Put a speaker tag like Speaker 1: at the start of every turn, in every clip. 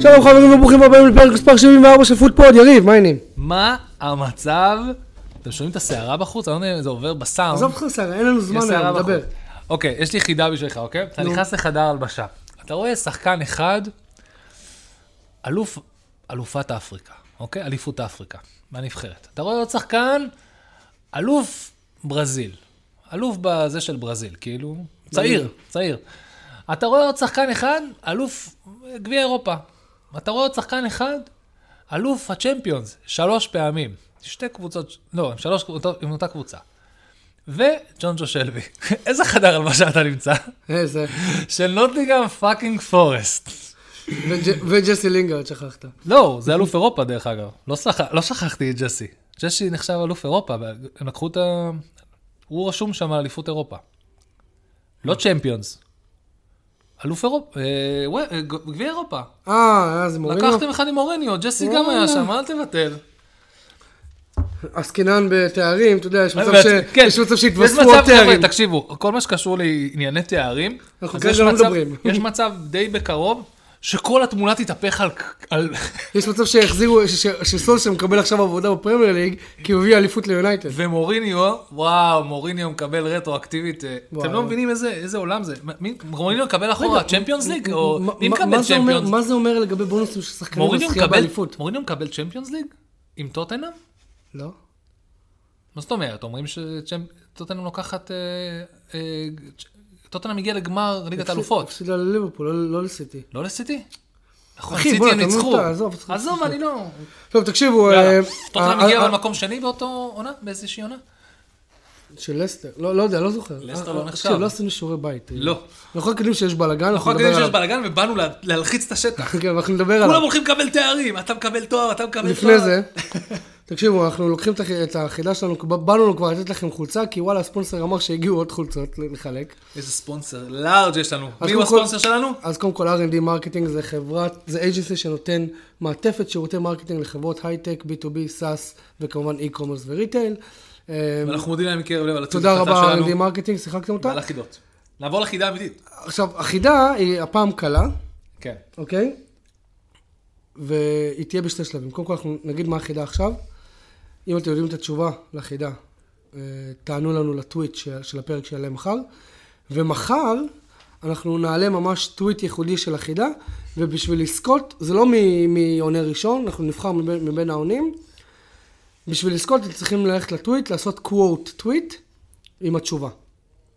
Speaker 1: שלום חברים וברוכים הבאים לפרק מספר 74 של פודפוד, יריב, מה העניינים?
Speaker 2: מה המצב? אתם שומעים את הסערה בחוץ? אני לא יודע אם זה עובר בסאונד.
Speaker 1: עזוב אותך שרה, אין לנו
Speaker 2: יש
Speaker 1: זמן
Speaker 2: סערה
Speaker 1: היום,
Speaker 2: בחוץ.
Speaker 1: דבר.
Speaker 2: אוקיי, יש לי חידה בשבילך, אוקיי? אתה
Speaker 1: נו.
Speaker 2: נכנס לחדר הלבשה. אתה רואה שחקן אחד, אלוף, אלופת אפריקה, אוקיי? אליפות אפריקה, מהנבחרת. אתה רואה עוד שחקן, אלוף ברזיל. אלוף בזה של ברזיל, כאילו, צעיר, צעיר. אתה רואה עוד שחקן אחד, אלוף גביע אירופה. אתה רואה עוד שחקן אחד, אלוף הצ'מפיונס, שלוש פעמים. שתי קבוצות, לא, הם שלוש קבוצות, עם אותה קבוצה. וג'ון ג'ו שלבי. איזה חדר הלבשה אתה נמצא?
Speaker 1: איזה,
Speaker 2: של נוטינגאם פאקינג פורסט.
Speaker 1: וג'- וג'סי לינגרד, שכחת.
Speaker 2: לא, זה אלוף אירופה דרך אגב. לא, שכ... לא שכחתי את ג'סי. ג'סי נחשב אלוף אירופה, הם לקחו את ה... הוא רשום שם על אליפות אירופה. לא צ'מפיונס. אלוף אירופה, אה, ווא- אה, ג- גביע אירופה.
Speaker 1: אה, אז מורינו.
Speaker 2: לקחתם אחד עם מוריניו, ג'סי גם היה שם, אל תבטל.
Speaker 1: עסקינן בתארים, אתה יודע, יש מצב ש-
Speaker 2: כן.
Speaker 1: יש מצב
Speaker 2: יש
Speaker 1: שהתווספו
Speaker 2: מצב,
Speaker 1: עוד
Speaker 2: חבר'ה,
Speaker 1: תארים.
Speaker 2: תקשיבו, כל מה שקשור לענייני תארים,
Speaker 1: אנחנו
Speaker 2: אז
Speaker 1: כרגע
Speaker 2: יש
Speaker 1: לא
Speaker 2: מצב-
Speaker 1: מדברים.
Speaker 2: יש מצב די בקרוב, שכל התמונה תתהפך על- על...
Speaker 1: יש מצב שיחזירו, ש- ש- שסולשר מקבל עכשיו עבודה בפרמייר ליג, כי הוא הביא אליפות ליונייטד.
Speaker 2: ומוריניו, וואו, מוריניו מקבל רטרואקטיבית. אה,
Speaker 1: וואו.
Speaker 2: אתם לא מבינים איזה איזה עולם זה. מה- מי- מוריניו מקבל אחורה, צ'מפיונס ליג? או
Speaker 1: מה-
Speaker 2: מי
Speaker 1: מה-
Speaker 2: מקבל
Speaker 1: מה זה אומר-
Speaker 2: צ'מפיונס?
Speaker 1: מה זה אומר לגבי בונוסים של שחקנים
Speaker 2: מוריניו
Speaker 1: בזכייה
Speaker 2: מקבל-
Speaker 1: באליפות?
Speaker 2: מוריניו מקבל צ'מפיונס ליג? עם טוטנאם?
Speaker 1: לא?
Speaker 2: מה זאת אומרת? אומרים שטוטנאם לוקחת... אה, אה, צ'- טוטנאם הגיע לגמר ליגת האלופות.
Speaker 1: הפסידה לליברפול, לא- לא לסיטי.
Speaker 2: לא לסיטי? נכון,
Speaker 1: אחי,
Speaker 2: סיטי
Speaker 1: בוא,
Speaker 2: הם
Speaker 1: אתה
Speaker 2: ניצחו.
Speaker 1: מנותק, עזוב, עזוב,
Speaker 2: עזוב, אני לא...
Speaker 1: טוב, תקשיבו, אה,
Speaker 2: יאללה. טוטנאם
Speaker 1: אה,
Speaker 2: הגיע
Speaker 1: אה, לא
Speaker 2: אבל מקום שני באותו עונה? באיזושהי עונה?
Speaker 1: של לסטר, לא, לא יודע, לא זוכר.
Speaker 2: לסטר
Speaker 1: אה,
Speaker 2: לא
Speaker 1: אה,
Speaker 2: נחשב.
Speaker 1: תקשיב, לא עשינו שיעורי בית.
Speaker 2: לא.
Speaker 1: אנחנו רק יודעים שיש בלאגן, אנחנו
Speaker 2: אנחנו לא רק
Speaker 1: נדבר
Speaker 2: יודעים שיש
Speaker 1: עליו.
Speaker 2: בלאגן ובאנו לה- להלחיץ את השטח.
Speaker 1: כן, אנחנו נדבר
Speaker 2: כולם
Speaker 1: עליו.
Speaker 2: הולכים לקבל תארים, אתה מקבל תואר, אתה מקבל תואר.
Speaker 1: לפני זה, תקשיבו, אנחנו לוקחים את הח- את החידה שלנו, ב- באנו לנו כבר לתת לכם חולצה, כי וואלה, הספונסר אמר שהגיעו עוד חולצות לחלק.
Speaker 2: איזה ספונסר לארג' יש לנו. מי
Speaker 1: קודם
Speaker 2: הוא הספונסר שלנו?
Speaker 1: אז קודם כל R&D מרקטינג זה חברת, זה אייג'נסי שנותן מעטפת שירותי מרקטינג לחברות הייטק, B2B, SaaS וכמובן e-commerce וריטייל. אה,
Speaker 2: ואנחנו מודים להם מקרב לב על הציוד
Speaker 1: תודה
Speaker 2: הקטן
Speaker 1: רבה
Speaker 2: שלנו.
Speaker 1: R&D מרקטינג, שיחקתם אותה?
Speaker 2: ועל החידות. נעבור לחידה האמיתית.
Speaker 1: עכשיו, החידה היא הפעם קלה,
Speaker 2: כן.
Speaker 1: אוקיי? והיא תהיה בשתי שלבים. קודם כל אנחנו נגיד מה החידה עכשיו. אם אתם יודעים את התשובה לחידה, אה, תענו לנו לטוויט של, של הפרק שיעלה מחר. ומחר אנחנו נעלה ממש טוויט ייחודי של החידה, ובשביל לזכות, זה לא מ- מעונה ראשון, אנחנו נבחר מבין, מבין העונים. בשביל לזכות אתם צריכים ללכת לטוויט, לעשות קוואט טוויט עם התשובה.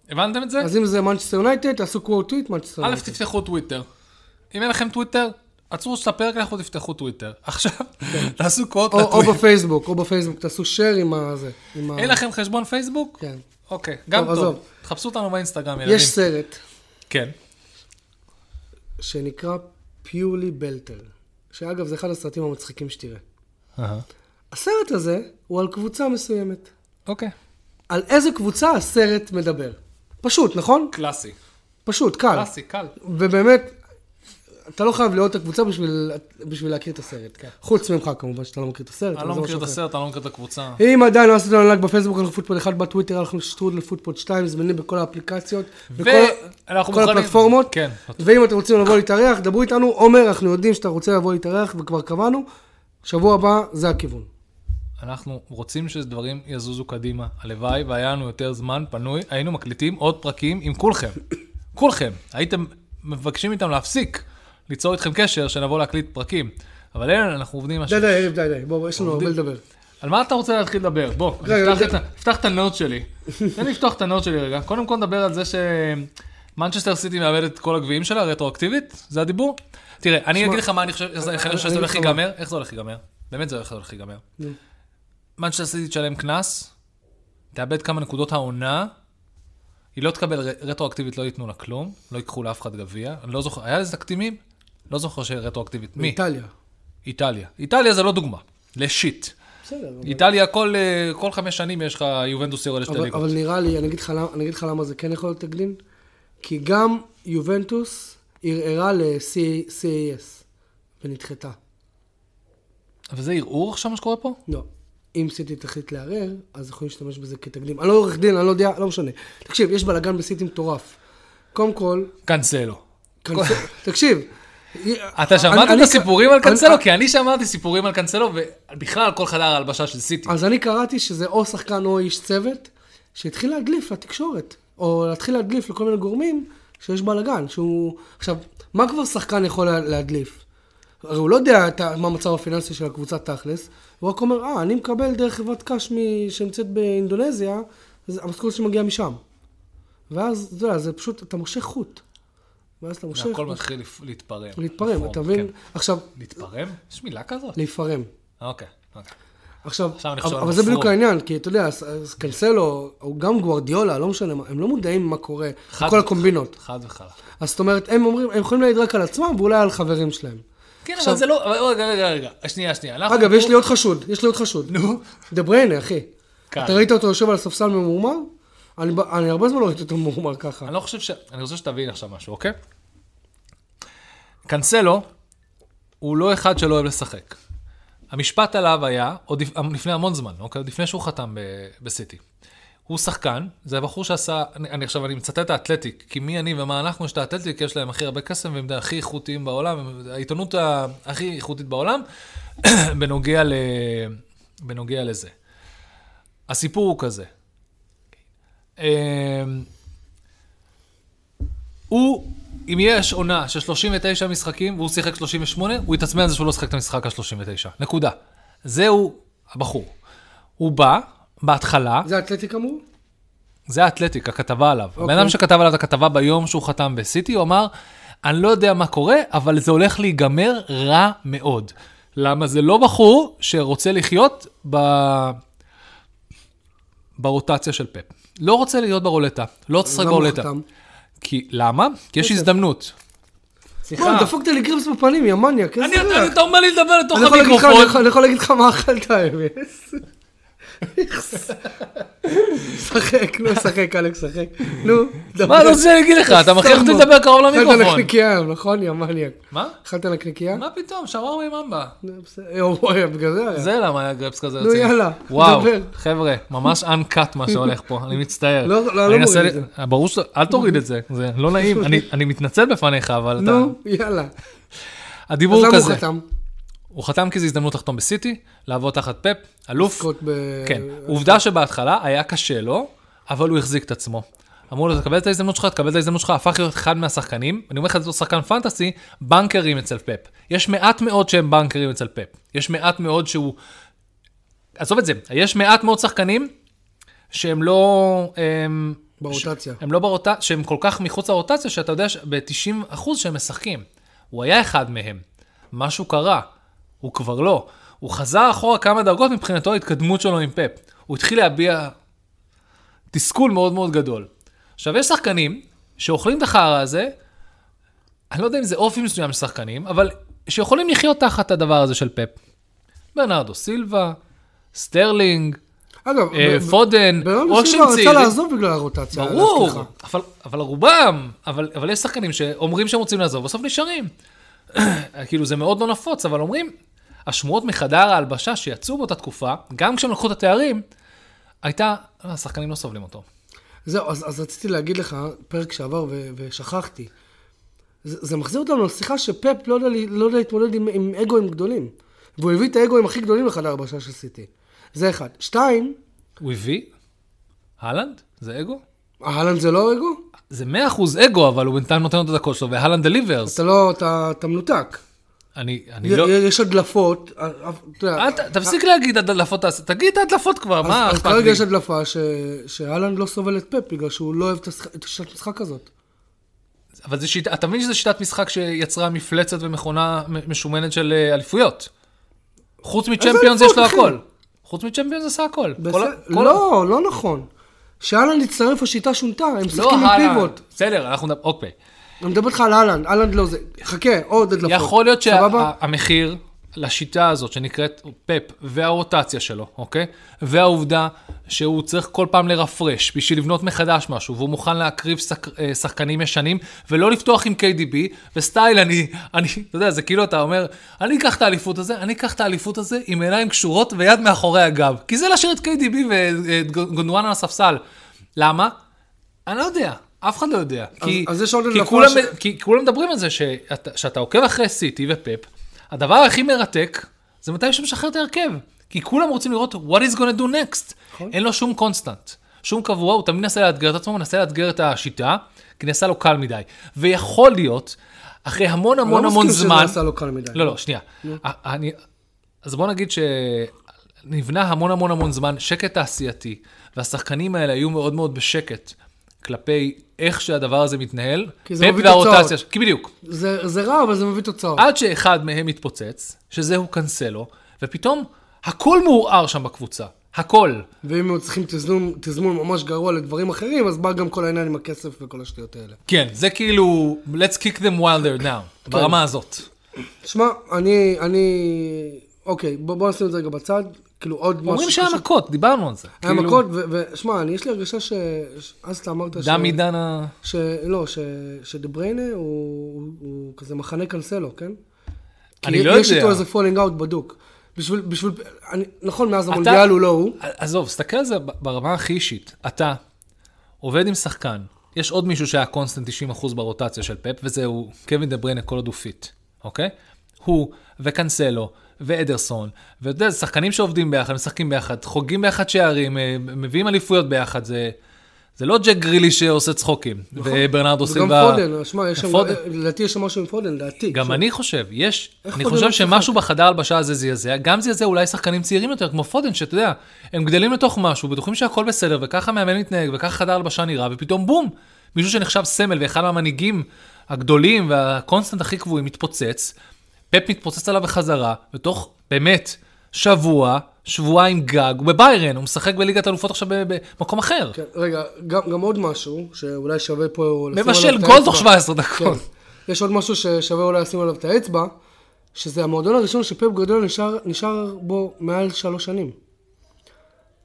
Speaker 2: הבנתם את זה?
Speaker 1: אז אם זה מנצ'סטר יונייטד, תעשו קוואט טוויט, מנצ'סטר
Speaker 2: א',
Speaker 1: יונייטד.
Speaker 2: תפתחו טוויטר. אם אין לכם טוויטר, עצרו את הפרק, לכו תפתחו טוויטר. עכשיו, תעשו קוד
Speaker 1: כן. או, או
Speaker 2: לטוויטר.
Speaker 1: בפייסבוק, או בפייסבוק, תעשו share עם הזה. עם ה...
Speaker 2: אין לכם חשבון פייסבוק?
Speaker 1: כן.
Speaker 2: אוקיי, גם
Speaker 1: טוב,
Speaker 2: טוב.
Speaker 1: עזוב.
Speaker 2: תחפשו אותנו באינסטגרם, ילדים.
Speaker 1: יש סרט
Speaker 2: כן.
Speaker 1: שנקרא פיולי בלטר, שאגב זה אחד הסרטים המצחיקים שתראה. הסרט הזה הוא על קבוצה מסוימת.
Speaker 2: אוקיי.
Speaker 1: על איזה קבוצה הסרט מדבר? פשוט, נכון?
Speaker 2: קלאסי.
Speaker 1: פשוט, קל.
Speaker 2: קלאסי, קל.
Speaker 1: ובאמת, אתה לא חייב לראות את הקבוצה בשביל, בשביל להכיר את הסרט. חוץ ממך כמובן, שאתה לא מכיר את הסרט.
Speaker 2: כן. אני
Speaker 1: אבל
Speaker 2: לא
Speaker 1: זה
Speaker 2: מכיר את
Speaker 1: משהו אחר.
Speaker 2: הסרט, אני לא מכיר את הקבוצה.
Speaker 1: אם עדיין לא עשיתם לנו לייק בפייסבוק, אנחנו פוטפוד 1 בטוויטר, אנחנו שטרודל פוטפוד 2, זמינים בכל האפליקציות, בכל
Speaker 2: אנחנו
Speaker 1: בכל
Speaker 2: מוכנים-
Speaker 1: הפלטפורמות.
Speaker 2: כן.
Speaker 1: ואם אתם רוצים לבוא להתארח, דברו איתנו. עומר, אנחנו יודעים שאתה רוצה לבוא להתארח, וכבר קבענו. שבוע הבא, זה הכיוון.
Speaker 2: אנחנו רוצים שדברים יזוזו קדימה. הלוואי והיה לנו יותר זמן פנוי, היינו מקליטים עוד פרקים עם כולכם. כולכם. הייתם מבקשים איתם להפסיק, ליצור איתכם קשר, שנבוא להקליט פרקים. אבל אין, אנחנו עובדים עם
Speaker 1: די,
Speaker 2: השם.
Speaker 1: די, יריב, די, די. בואו, יש לנו הרבה לדבר.
Speaker 2: על מה אתה רוצה להתחיל לדבר? בוא, אני
Speaker 1: רגע,
Speaker 2: אפתח
Speaker 1: רגע.
Speaker 2: את ה- אפתח את הנוט שלי. תן לי לפתוח את הנוט שלי רגע. קודם כל נדבר על זה שמנצ'סטר סיטי מאבדת את כל הגביעים שלה רטרואקטיבית, זה הדיבור? תראה, אני אגיד לך מה אני חושב, איך זה- איך אני חושב
Speaker 1: אני
Speaker 2: שזה
Speaker 1: אגיד
Speaker 2: הולך
Speaker 1: לך מה.
Speaker 2: להיגמר. איך זה הולך להיגמר? באמת זה איך זה הולך להיגמר.
Speaker 1: נו.
Speaker 2: מנצ'סטר סיטי תשלם קנס, תאבד כמה נקודות העונה, היא לא תקבל ר- רטרואקטיבית, לא ייתנו לה כלום, לא ייקחו לאף אחד גביע. אני לא זוכר, היה לזה תקדימים? לא זוכר שרטרואקטיבית. מי?
Speaker 1: איטליה.
Speaker 2: איטליה. איטליה זה לא דוגמה. לשיט.
Speaker 1: בסדר. אבל-
Speaker 2: איטליה, כל, אה, כל חמש שנים יש לך יובנטוס יורד לשתי
Speaker 1: אבל,
Speaker 2: ליגות.
Speaker 1: אבל נראה לי, אני אגיד, לך, למה- אני אגיד לך למה זה כן יכול להיות תקדים, כי גם יובנטוס ערערה ל-CAS ונדחתה.
Speaker 2: אבל זה ערעור עכשיו מה שקורה פה?
Speaker 1: לא. אם סיטי תחליט לערער, אז יכולים להשתמש בזה כתקדים. אני לא עורך דין, אני לא יודע, לא משנה. תקשיב, יש בלאגן בסיטי מטורף. קודם כל,
Speaker 2: קאנסלו.
Speaker 1: קנס- תקשיב,
Speaker 2: אתה שמעת
Speaker 1: אני-
Speaker 2: את
Speaker 1: אני-
Speaker 2: הסיפורים על
Speaker 1: אני-
Speaker 2: קאנסלו? כי אני שמעתי סיפורים על קאנסלו, ובכלל על כל חדר ההלבשה של סיטי.
Speaker 1: אז אני קראתי שזה או שחקן או איש צוות, שהתחיל להדליף לתקשורת, או להתחיל להדליף לכל מיני גורמים שיש בלאגן, שהוא... עכשיו, מה כבר שחקן יכול לה- להדליף? הרי הוא לא יודע את ה- מה המצב הפיננסי של הקבוצה תכלס, הוא רק אומר, אה, אני מקבל דרך חברת קש מ- שנמצאת באינדונזיה, אז המשכורת שמגיעה משם. ואז, אתה יודע, זה פשוט, אתה מושך חוט. ואז אתה מושך...
Speaker 2: הכל מתחיל לפ- להתפרם.
Speaker 1: להתפרם,
Speaker 2: לפרום,
Speaker 1: אתה מבין?
Speaker 2: כן.
Speaker 1: עכשיו,
Speaker 2: להתפרם? יש מילה כזאת?
Speaker 1: להיפרם.
Speaker 2: אוקיי, אוקיי.
Speaker 1: עכשיו,
Speaker 2: עכשיו אני חושב
Speaker 1: אבל
Speaker 2: על
Speaker 1: אבל זה
Speaker 2: מפרום.
Speaker 1: בדיוק העניין, כי אתה יודע, אז- אז קנסלו, או גם גוארדיולה, לא משנה מה, הם לא מודעים מה קורה,
Speaker 2: חד-
Speaker 1: כל הקומבינות.
Speaker 2: חד וחלק.
Speaker 1: אז זאת אומרת, הם אומרים, הם יכולים להעיד רק על עצמם ואולי על חברים שלהם.
Speaker 2: כן,
Speaker 1: עכשיו-
Speaker 2: אבל זה לא... אבל רגע, רגע, רגע. שנייה, שנייה. אנחנו
Speaker 1: אגב,
Speaker 2: פה-
Speaker 1: יש לי עוד חשוד, יש לי עוד חשוד.
Speaker 2: נו.
Speaker 1: דה בריינה, אחי.
Speaker 2: קל.
Speaker 1: אתה ראית אותו יושב על הספסל ממורמר? אני ב- אני הרבה זמן לא ראיתי אותו ממורמר ככה.
Speaker 2: אני לא חושב ש... אני רוצה שתבין עכשיו משהו, אוקיי? קאנסלו הוא לא אחד שלא אוהב לשחק. המשפט עליו היה, עוד לפ- לפני המון זמן, אוקיי? עוד לפני שהוא חתם ב... בסיטי. הוא שחקן, זה הבחור שעשה, אני, אני עכשיו, אני מצטט את האתלטיק, כי מי אני ומה אנחנו, יש את האתלטיק, יש להם הכי הרבה קסם, והם הכי איכותיים בעולם, הם העיתונות ה- הכי איכותית בעולם, בנוגע, ל... בנוגע לזה. הסיפור הוא כזה. אמ, הוא, אם יש עונה של 39 משחקים והוא שיחק 38, הוא יתעצמן על זה שהוא לא שיחק את המשחק ה-39. נקודה. זהו הבחור. הוא בא, בהתחלה,
Speaker 1: זה אתלטי כאמור?
Speaker 2: זה האתלטיק, הכתבה עליו. הבן
Speaker 1: אוקיי.
Speaker 2: אדם שכתב עליו את הכתבה ביום שהוא חתם בסיטי, הוא אמר, אני לא יודע מה קורה, אבל זה הולך להיגמר רע מאוד. למה זה לא בחור שרוצה לחיות ב... ברוטציה של פאפ. לא רוצה להיות ברולטה, לא רוצה לשחק
Speaker 1: למה הוא
Speaker 2: ברולטה.
Speaker 1: חתם?
Speaker 2: כי, למה? כי יש
Speaker 1: כסף.
Speaker 2: הזדמנות.
Speaker 1: מה, דפקת לי גריבס בפנים, יא מניאק, איזה
Speaker 2: אני,
Speaker 1: ריח.
Speaker 2: אתה אומר לי לדבר לתוך
Speaker 1: אני יכול להגיד לך- אני יכול-
Speaker 2: המיקרופון.
Speaker 1: אני יכול להגיד לך מה אכלת אמס. שחק, נו, שחק, אלכס, שחק. נו, דבר.
Speaker 2: מה, לא אני רוצה להגיד לך, אתה מכריח אותי
Speaker 1: סתם. לא.
Speaker 2: לדבר קרוב
Speaker 1: אכלת
Speaker 2: למיקרופון.
Speaker 1: נקניקייה היום, נכון, יא מניאק?
Speaker 2: מה?
Speaker 1: אכלת נקניקייה?
Speaker 2: מה פתאום, שווארמה עם אמבה.
Speaker 1: נו, בסדר, יו, וואי, בגלל זה היה.
Speaker 2: זה למה היה גרפס כזה
Speaker 1: נו, יאללה,
Speaker 2: וואו,
Speaker 1: דבר.
Speaker 2: חבר'ה, ממש uncut מה שהולך פה, אני מצטער.
Speaker 1: לא, לא, לא
Speaker 2: אני אנסה
Speaker 1: מוריד
Speaker 2: ל-
Speaker 1: את
Speaker 2: ברור ש... אל תוריד את זה, זה לא נעים. אני- אני מתנצל בפניך, אבל אתה...
Speaker 1: נו, יאללה. אז
Speaker 2: הדיבור הוא
Speaker 1: למה
Speaker 2: כזה.
Speaker 1: הוא חתם?
Speaker 2: הוא חתם כי זו הזדמנות לחתום בסיטי, לעבוד תחת פאפ, אלוף.
Speaker 1: קוט ב...
Speaker 2: כן. עובדה שבהתחלה היה קשה לו, אבל הוא החזיק את עצמו. אמרו לו, תקבל את ההזדמנות שלך, תקבל את ההזדמנות שלך, הפך להיות אחד מהשחקנים, אני אומר לך, זה שחקן פנטסי, בנקרים אצל פאפ. יש מעט מאוד שהם בנקרים אצל פאפ. יש מעט מאוד שהוא... עזוב את זה, יש מעט מאוד שחקנים שהם לא... הם...
Speaker 1: ברוטציה.
Speaker 2: הם לא ברוטציה, שהם כל כך מחוץ לרוטציה, שאתה יודע שב-90% שהם משחקים. הוא היה אחד מהם. משהו קרה, הוא כבר לא. הוא חזר אחורה כמה דרגות מבחינתו ההתקדמות שלו עם פאפ. הוא התחיל להביע תסכול מאוד מאוד גדול. עכשיו, יש שחקנים שאוכלים את החרא הזה, אני לא יודע אם זה אופי מסוים של שחקנים, אבל שיכולים לחיות תחת הדבר הזה של פאפ. ברנרדו סילבה, סטרלינג,
Speaker 1: אגב, ב-
Speaker 2: אה,
Speaker 1: ב-
Speaker 2: פודן,
Speaker 1: ברם
Speaker 2: ראשים
Speaker 1: סיבה רצה
Speaker 2: צעירים.
Speaker 1: לעזוב אה, בגלל הרוטציה.
Speaker 2: ברור,
Speaker 1: להזכירך.
Speaker 2: אבל, אבל רובם, אבל, אבל יש שחקנים שאומרים שהם רוצים לעזוב, בסוף נשארים. כאילו זה מאוד לא נפוץ, אבל אומרים, השמועות מחדר ההלבשה שיצאו באותה תקופה, גם כשהם לקחו את התארים, הייתה, "אה, השחקנים לא סובלים אותו.
Speaker 1: זהו, אז, אז רציתי להגיד לך, פרק שעבר ו, ושכחתי. זה, זה מחזיר אותנו לשיחה שפפ לא יודע, לי- לא יודע להתמודד עם, עם אגואים גדולים. והוא הביא את האגואים הכי גדולים לחדר הבשה של סיטי. זה אחד. שתיים,
Speaker 2: הוא הביא, אהלנד, זה אגו?
Speaker 1: אהלן זה לא אגו?
Speaker 2: זה 100% אגו, אבל הוא בינתיים נותן לו את הדקות שלו, והלנד דליברס.
Speaker 1: אתה לא, אתה, אתה מנותק.
Speaker 2: אני, אני
Speaker 1: לא...
Speaker 2: לא...
Speaker 1: יש הדלפות. אה, אה, אתה יודע,
Speaker 2: אל ת- תפסיק להגיד הדלפות, תעשה- תגיד את ההדלפות כבר, מה
Speaker 1: אז
Speaker 2: אכפת
Speaker 1: כרגע
Speaker 2: לי?
Speaker 1: יש הדלפה ש- שאהלן לא סובל את פפ בגלל שהוא לא אוהב את השח- את השיטת משחק הזאת.
Speaker 2: אבל זה שיטה, אתה מבין שזו שיטת משחק שיצרה מפלצת ומכונה מ- משומנת של אה, אליפויות. חוץ מצ'מפיונס
Speaker 1: אליפות,
Speaker 2: יש לו
Speaker 1: אחי?
Speaker 2: הכל. חוץ מצ'מפיונס עשה הכל. כל ה-
Speaker 1: בסדר,
Speaker 2: כל ה-
Speaker 1: לא, לא נכון. שאהלן יצטרף השיטה שונתה, הם
Speaker 2: לא,
Speaker 1: משחקים עם
Speaker 2: הלאה.
Speaker 1: פיבוט.
Speaker 2: בסדר, אנחנו נדבר, אוקיי.
Speaker 1: אני מדבר איתך על אהלנד, אהלנד לא זה, חכה, עוד הדלפות.
Speaker 2: יכול להיות
Speaker 1: סבבה?
Speaker 2: שהמחיר לשיטה הזאת שנקראת פאפ והרוטציה שלו, אוקיי? והעובדה שהוא צריך כל פעם לרפרש בשביל לבנות מחדש משהו, והוא מוכן להקריב שק... אה, שחקנים ישנים, ולא לפתוח עם KDB, וסטייל, אני, אני, אתה יודע, זה כאילו אתה אומר, אני אקח את האליפות הזה, אני אקח את האליפות הזה עם עיניים קשורות ויד מאחורי הגב. כי זה להשאיר את KDB ואת גונדואן על הספסל. למה? אני לא יודע. אף אחד לא יודע. כי,
Speaker 1: אז יש עוד
Speaker 2: כי,
Speaker 1: הדלפה
Speaker 2: כולם,
Speaker 1: ש-
Speaker 2: כי כולם מדברים על זה שאתה, שאתה עוקב אחרי סיטי ופפ, הדבר הכי מרתק זה מתי שהוא משחרר את ההרכב. כי כולם רוצים לראות what is gonna do next.
Speaker 1: נכון.
Speaker 2: אין לו שום קונסטנט, שום קבוע, הוא תמיד מנסה לאתגר את עצמו, הוא מנסה לאתגר את השיטה, כי נעשה לו קל מדי. ויכול להיות, אחרי המון המון
Speaker 1: לא
Speaker 2: המון
Speaker 1: מסכים שזה
Speaker 2: זמן...
Speaker 1: נעשה לו קל מדי.
Speaker 2: לא, לא, שנייה. ה- אני... אז בוא נגיד שנבנה המון המון המון זמן שקט תעשייתי, והשחקנים האלה היו מאוד מאוד בשקט כלפי איך שהדבר הזה מתנהל.
Speaker 1: כי זה לא
Speaker 2: פפ
Speaker 1: מביא
Speaker 2: והרוטציה
Speaker 1: תוצאות.
Speaker 2: ש- כי בדיוק.
Speaker 1: זה, זה רע, אבל זה מביא תוצאות.
Speaker 2: עד שאחד מהם מתפוצץ, שזהו קנסלו, ופתאום הכל מעורער שם בקבוצה. הכל.
Speaker 1: ואם הם צריכים תזמון, תזמון ממש גרוע לדברים אחרים, אז בא גם כל העניין עם הכסף וכל השטויות האלה.
Speaker 2: כן, זה כאילו, let's kick them while they're
Speaker 1: כן.
Speaker 2: down, ברמה הזאת.
Speaker 1: שמע, אני, אני... אוקיי, בוא, בוא נשים את זה רגע בצד. כאילו עוד משהו...
Speaker 2: אומרים שהיה
Speaker 1: שקשור-
Speaker 2: מכות, דיברנו על זה.
Speaker 1: היה
Speaker 2: כאילו,
Speaker 1: מכות, ו- ושמע, אני- יש לי הרגשה ש... ש- אז אתה אמרת ש...
Speaker 2: דם עידן ה...
Speaker 1: ש... לא, ש... שדבריינה הוא, הוא, הוא כזה מחנה קנסלו, כן?
Speaker 2: אני
Speaker 1: כי
Speaker 2: לא
Speaker 1: יש איתו
Speaker 2: יודע.
Speaker 1: איזה פולינג אאוט בדוק. בשביל... בשביל... אני... נכון, מאז
Speaker 2: אתה-
Speaker 1: המונדיאל הוא לא הוא.
Speaker 2: עזוב, סתכל על זה ב- ברמה הכי אישית. אתה עובד עם שחקן, יש עוד מישהו שהיה קונסטנט 90% ברוטציה של פפ, וזהו קווין דה בריינה כל עוד הוא פיט, אוקיי? הוא וקנסלו ואדרסון, ואתה יודע, זה שחקנים שעובדים ביחד, משחקים ביחד, חוגגים ביחד שערים, אה, מביאים אליפויות ביחד, זה... זה לא ג'ק גרילי שעושה צחוקים, וברנרדו
Speaker 1: נכון. וגם
Speaker 2: סילבה...
Speaker 1: פודן, שמע, יש שם...
Speaker 2: פודן.
Speaker 1: לדעתי יש שם משהו עם פודן, לדעתי.
Speaker 2: גם אני חושב, יש,
Speaker 1: איך
Speaker 2: אני
Speaker 1: פודן
Speaker 2: חושב
Speaker 1: לא
Speaker 2: שמשהו בחדר הלבשה הזה זעזע, גם זעזע אולי שחקנים צעירים יותר, כמו פודן, שאתה יודע, הם גדלים לתוך משהו, בטוחים שהכל בסדר, וככה מאמן מתנהג, וככה חדר הלבשה נראה, ופתאום בום, מישהו שנחשב סמל ואחד מהמנהיגים הגדולים והקונסטנט הכי קבועים מתפוצץ, פפ מתפוצץ עליו בחזרה, בתוך, באמת, שבוע, שבועיים גג, הוא בביירן, הוא משחק בליגת אלופות עכשיו ב- במקום אחר.
Speaker 1: כן, רגע, גם, גם עוד משהו, שאולי שווה פה... לשים
Speaker 2: מבשל
Speaker 1: עליו את
Speaker 2: גול
Speaker 1: האצבע.
Speaker 2: תוך 17 דקות.
Speaker 1: כן. יש עוד משהו ששווה אולי לשים עליו את האצבע, שזה המועדון הראשון שפפ גדול נשאר, נשאר בו מעל שלוש שנים.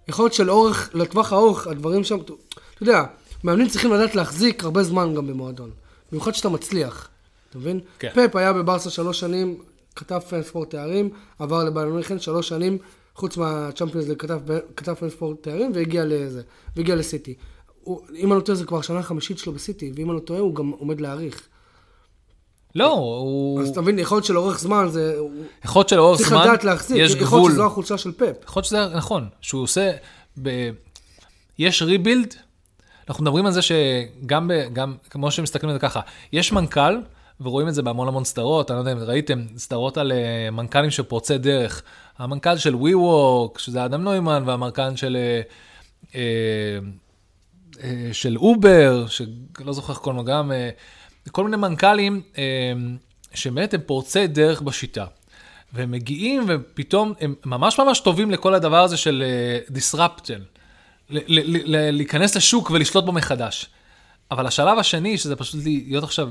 Speaker 1: יכול להיות שלאורך, לטווח האורך, הדברים שם, אתה יודע, מאמנים צריכים לדעת להחזיק הרבה זמן גם במועדון. במיוחד שאתה מצליח, אתה מבין?
Speaker 2: כן.
Speaker 1: פפ היה בברסה שלוש שנים, כתב אין ספור תארים, עבר לבעל מינכן שלוש שנים, חוץ מהצ'מפיונס ליג כתב, כתב אין ספור תארים והגיע לזה, והגיע לסיטי. הוא, אם אני לא טועה זה כבר שנה חמישית שלו בסיטי, ואם אני לא טועה הוא גם עומד להאריך.
Speaker 2: לא, הוא...
Speaker 1: אז אתה מבין, יכול להיות שלאורך זמן זה... הוא-
Speaker 2: יכול להיות שלאורך
Speaker 1: צריך
Speaker 2: זמן,
Speaker 1: לדעת להחזיק,
Speaker 2: יש
Speaker 1: יכול להיות
Speaker 2: גבול.
Speaker 1: שזו החולשה של פפ.
Speaker 2: יכול להיות שזה נכון, שהוא עושה, ב... יש ריבילד, אנחנו מדברים על זה שגם, ב... גם, כמו שמסתכלים על זה ככה, יש מנכ"ל, ורואים את זה בהמון המון סדרות, אני לא יודע אם ראיתם סדרות על אה, מנכ"לים שפורצי דרך, המנכ"ל של ווי וורק, שזה אדם נוימן, והמנכ"ל של... אה, אה, אה, של אובר, שלא זוכר איך קוראים לו גם, אה, כל מיני מנכ"לים אה, שבאמת הם פורצי דרך בשיטה. והם מגיעים ופתאום הם ממש ממש טובים לכל הדבר הזה של אה, disruption, ל- ל- ל- ל- להיכנס לשוק ולשלוט בו מחדש. אבל השלב השני, שזה פשוט להיות עכשיו,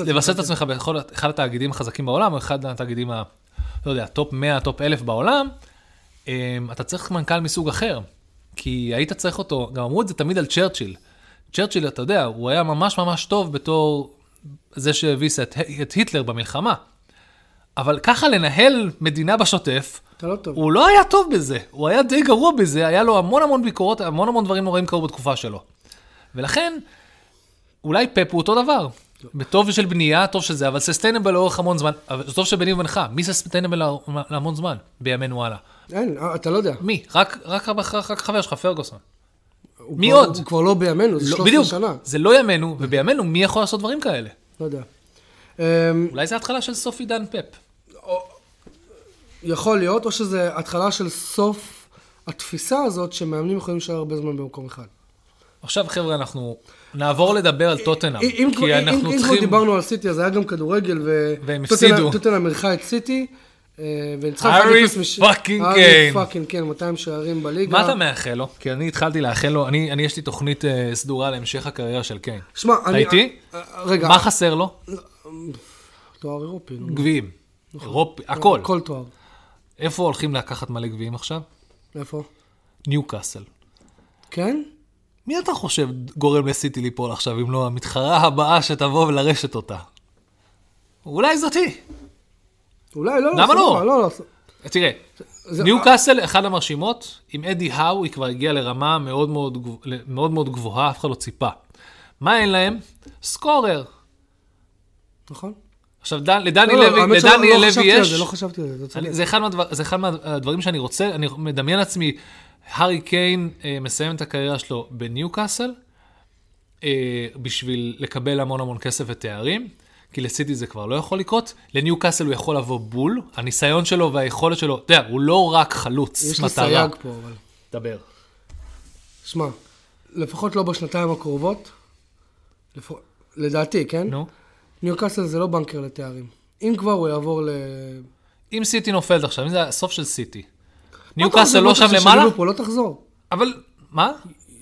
Speaker 1: לבסס את
Speaker 2: לבסס את
Speaker 1: עצמך.
Speaker 2: עצמך בכל אחד התאגידים החזקים בעולם, או אחד התאגידים, ה, לא יודע, טופ 100, טופ 1000 בעולם, אמ, אתה צריך מנכ"ל מסוג אחר. כי היית צריך אותו, גם אמרו את זה תמיד על צ'רצ'יל. צ'רצ'יל, אתה יודע, הוא היה ממש ממש טוב בתור זה שהביס את, את היטלר במלחמה. אבל ככה לנהל מדינה בשוטף,
Speaker 1: אתה לא טוב.
Speaker 2: הוא לא היה טוב בזה, הוא היה די גרוע בזה, היה לו המון המון ביקורות, המון המון דברים נוראים קרו בתקופה שלו. ולכן, אולי פפ הוא אותו דבר. בטוב של בנייה, טוב שזה, אבל ססטיינבל לאורך המון זמן, אבל זה טוב שביני ובינך, מי ססטיינבל להמון זמן? בימינו וואלה.
Speaker 1: אין, אה, אתה לא יודע.
Speaker 2: מי? רק, רק, רק, רק חבר שלך, פרגוסון.
Speaker 1: הוא
Speaker 2: מי
Speaker 1: כבר-
Speaker 2: עוד?
Speaker 1: הוא כבר לא בימינו, זה
Speaker 2: לא,
Speaker 1: 13
Speaker 2: בדיוק,
Speaker 1: שנה.
Speaker 2: זה לא ימינו, ובימינו מי יכול לעשות דברים כאלה?
Speaker 1: לא יודע. אמ,
Speaker 2: אולי זה התחלה של סוף עידן פפ.
Speaker 1: יכול להיות, או שזה התחלה של סוף התפיסה הזאת שמאמנים יכולים להישאר הרבה זמן במקום אחד.
Speaker 2: עכשיו חבר'ה, אנחנו נעבור לדבר על טוטנאם,
Speaker 1: אם אם כבר
Speaker 2: כי
Speaker 1: אם- אם
Speaker 2: אנחנו
Speaker 1: כבר
Speaker 2: צריכים...
Speaker 1: דיברנו על סיטי, אז היה גם כדורגל, ו...
Speaker 2: והם
Speaker 1: טוטנהאם-
Speaker 2: הפסידו.
Speaker 1: טוטנהאם אירחה את סיטי, אה, וניצחה
Speaker 2: הארי
Speaker 1: 1-0 מש-
Speaker 2: פאקינג
Speaker 1: הארי
Speaker 2: קיין.
Speaker 1: פאקינג קיין, 200 שערים בליגה.
Speaker 2: מה אתה מאחל לו? כי אני התחלתי לאחל לו, אני, אני יש לי תוכנית אה, סדורה להמשך הקריירה של קיין.
Speaker 1: שמע, אני...
Speaker 2: איתי?
Speaker 1: אה, רגע,
Speaker 2: מה חסר לו?
Speaker 1: תואר אירופי. נו.
Speaker 2: גביעים.
Speaker 1: נכון.
Speaker 2: אירופי, הכל.
Speaker 1: כל תואר.
Speaker 2: איפה הולכים לקחת מלא גביעים עכשיו?
Speaker 1: איפה?
Speaker 2: ניו קאסל.
Speaker 1: כן?
Speaker 2: מי אתה חושב גורם לסיטי ליפול עכשיו, אם לא המתחרה הבאה שתבוא ולרשת אותה? אולי זאתי.
Speaker 1: אולי לא.
Speaker 2: למה לא?
Speaker 1: סבבה, לא, לא.
Speaker 2: תראה,
Speaker 1: זה-
Speaker 2: ניו קאסל, אחד המרשימות, עם אדי האו היא כבר הגיעה לרמה מאוד מאוד, גב- מאוד מאוד גבוהה, אף אחד לא ציפה. מה אין להם? סקורר.
Speaker 1: נכון?
Speaker 2: עכשיו, דן, לדני
Speaker 1: לא, לא,
Speaker 2: לוי,
Speaker 1: האמת שלא-
Speaker 2: לדני
Speaker 1: לא
Speaker 2: לוי
Speaker 1: חשבתי על
Speaker 2: יש...
Speaker 1: זה, לא חשבתי על זה, אתה צודק.
Speaker 2: אני, זה, אחד מהדבר, זה אחד מהדברים שאני רוצה, אני מדמיין לעצמי, הארי קיין אה, מסיים את הקריירה שלו בניוקאסל, אה, בשביל לקבל המון המון כסף ותארים, כי לסיטי זה כבר לא יכול לקרות, לניוקאסל הוא יכול לבוא בול, הניסיון שלו והיכולת שלו, אתה יודע, הוא לא רק חלוץ,
Speaker 1: יש לי
Speaker 2: מטרה.
Speaker 1: סייג פה, אבל.
Speaker 2: דבר.
Speaker 1: שמע, לפחות לא בשנתיים הקרובות, לפ... לדעתי, כן?
Speaker 2: נו.
Speaker 1: ניו קאסל זה לא בנקר לתארים. אם כבר הוא יעבור ל...
Speaker 2: אם סיטי נופלת עכשיו, אם זה הסוף של סיטי,
Speaker 1: מה אתה
Speaker 2: ניוקאסל
Speaker 1: חושב,
Speaker 2: לא
Speaker 1: אתה
Speaker 2: שם
Speaker 1: חושב
Speaker 2: למעלה,
Speaker 1: שליברפול לא תחזור.
Speaker 2: אבל, מה?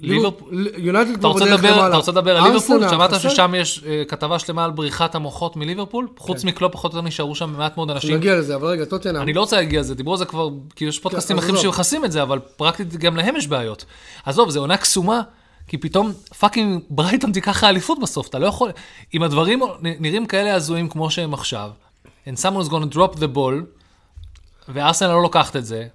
Speaker 2: ליברפול.
Speaker 1: ליברפול- יונייטד
Speaker 2: אתה
Speaker 1: כבר
Speaker 2: רוצה
Speaker 1: בדרך
Speaker 2: לדבר,
Speaker 1: למעלה.
Speaker 2: אתה רוצה לדבר על
Speaker 1: ארסנל,
Speaker 2: ליברפול? שמעת
Speaker 1: חסר?
Speaker 2: ששם יש אה, כתבה שלמה על בריחת המוחות מליברפול? חוץ
Speaker 1: כן.
Speaker 2: מקלופ פחות או יותר נשארו שם מעט מאוד אנשים.
Speaker 1: נגיע לזה, אבל רגע, טוטנאם.
Speaker 2: אני לא רוצה להגיע לזה, דיברו על זה כבר, כי יש פודקאסטים
Speaker 1: כן,
Speaker 2: אחרים
Speaker 1: עזוב.
Speaker 2: שמכסים את זה, אבל פרקטית גם להם יש בעיות. עזוב, זו עונה קסומה, כי פתאום פאקינג ברייטון תיקח האליפות בסוף, אתה לא יכול... אם הדברים נ- נראים כאלה הזויים כמו שהם עכשיו, and someone's gonna drop the ball, וארסנל לא לוקחת את זה,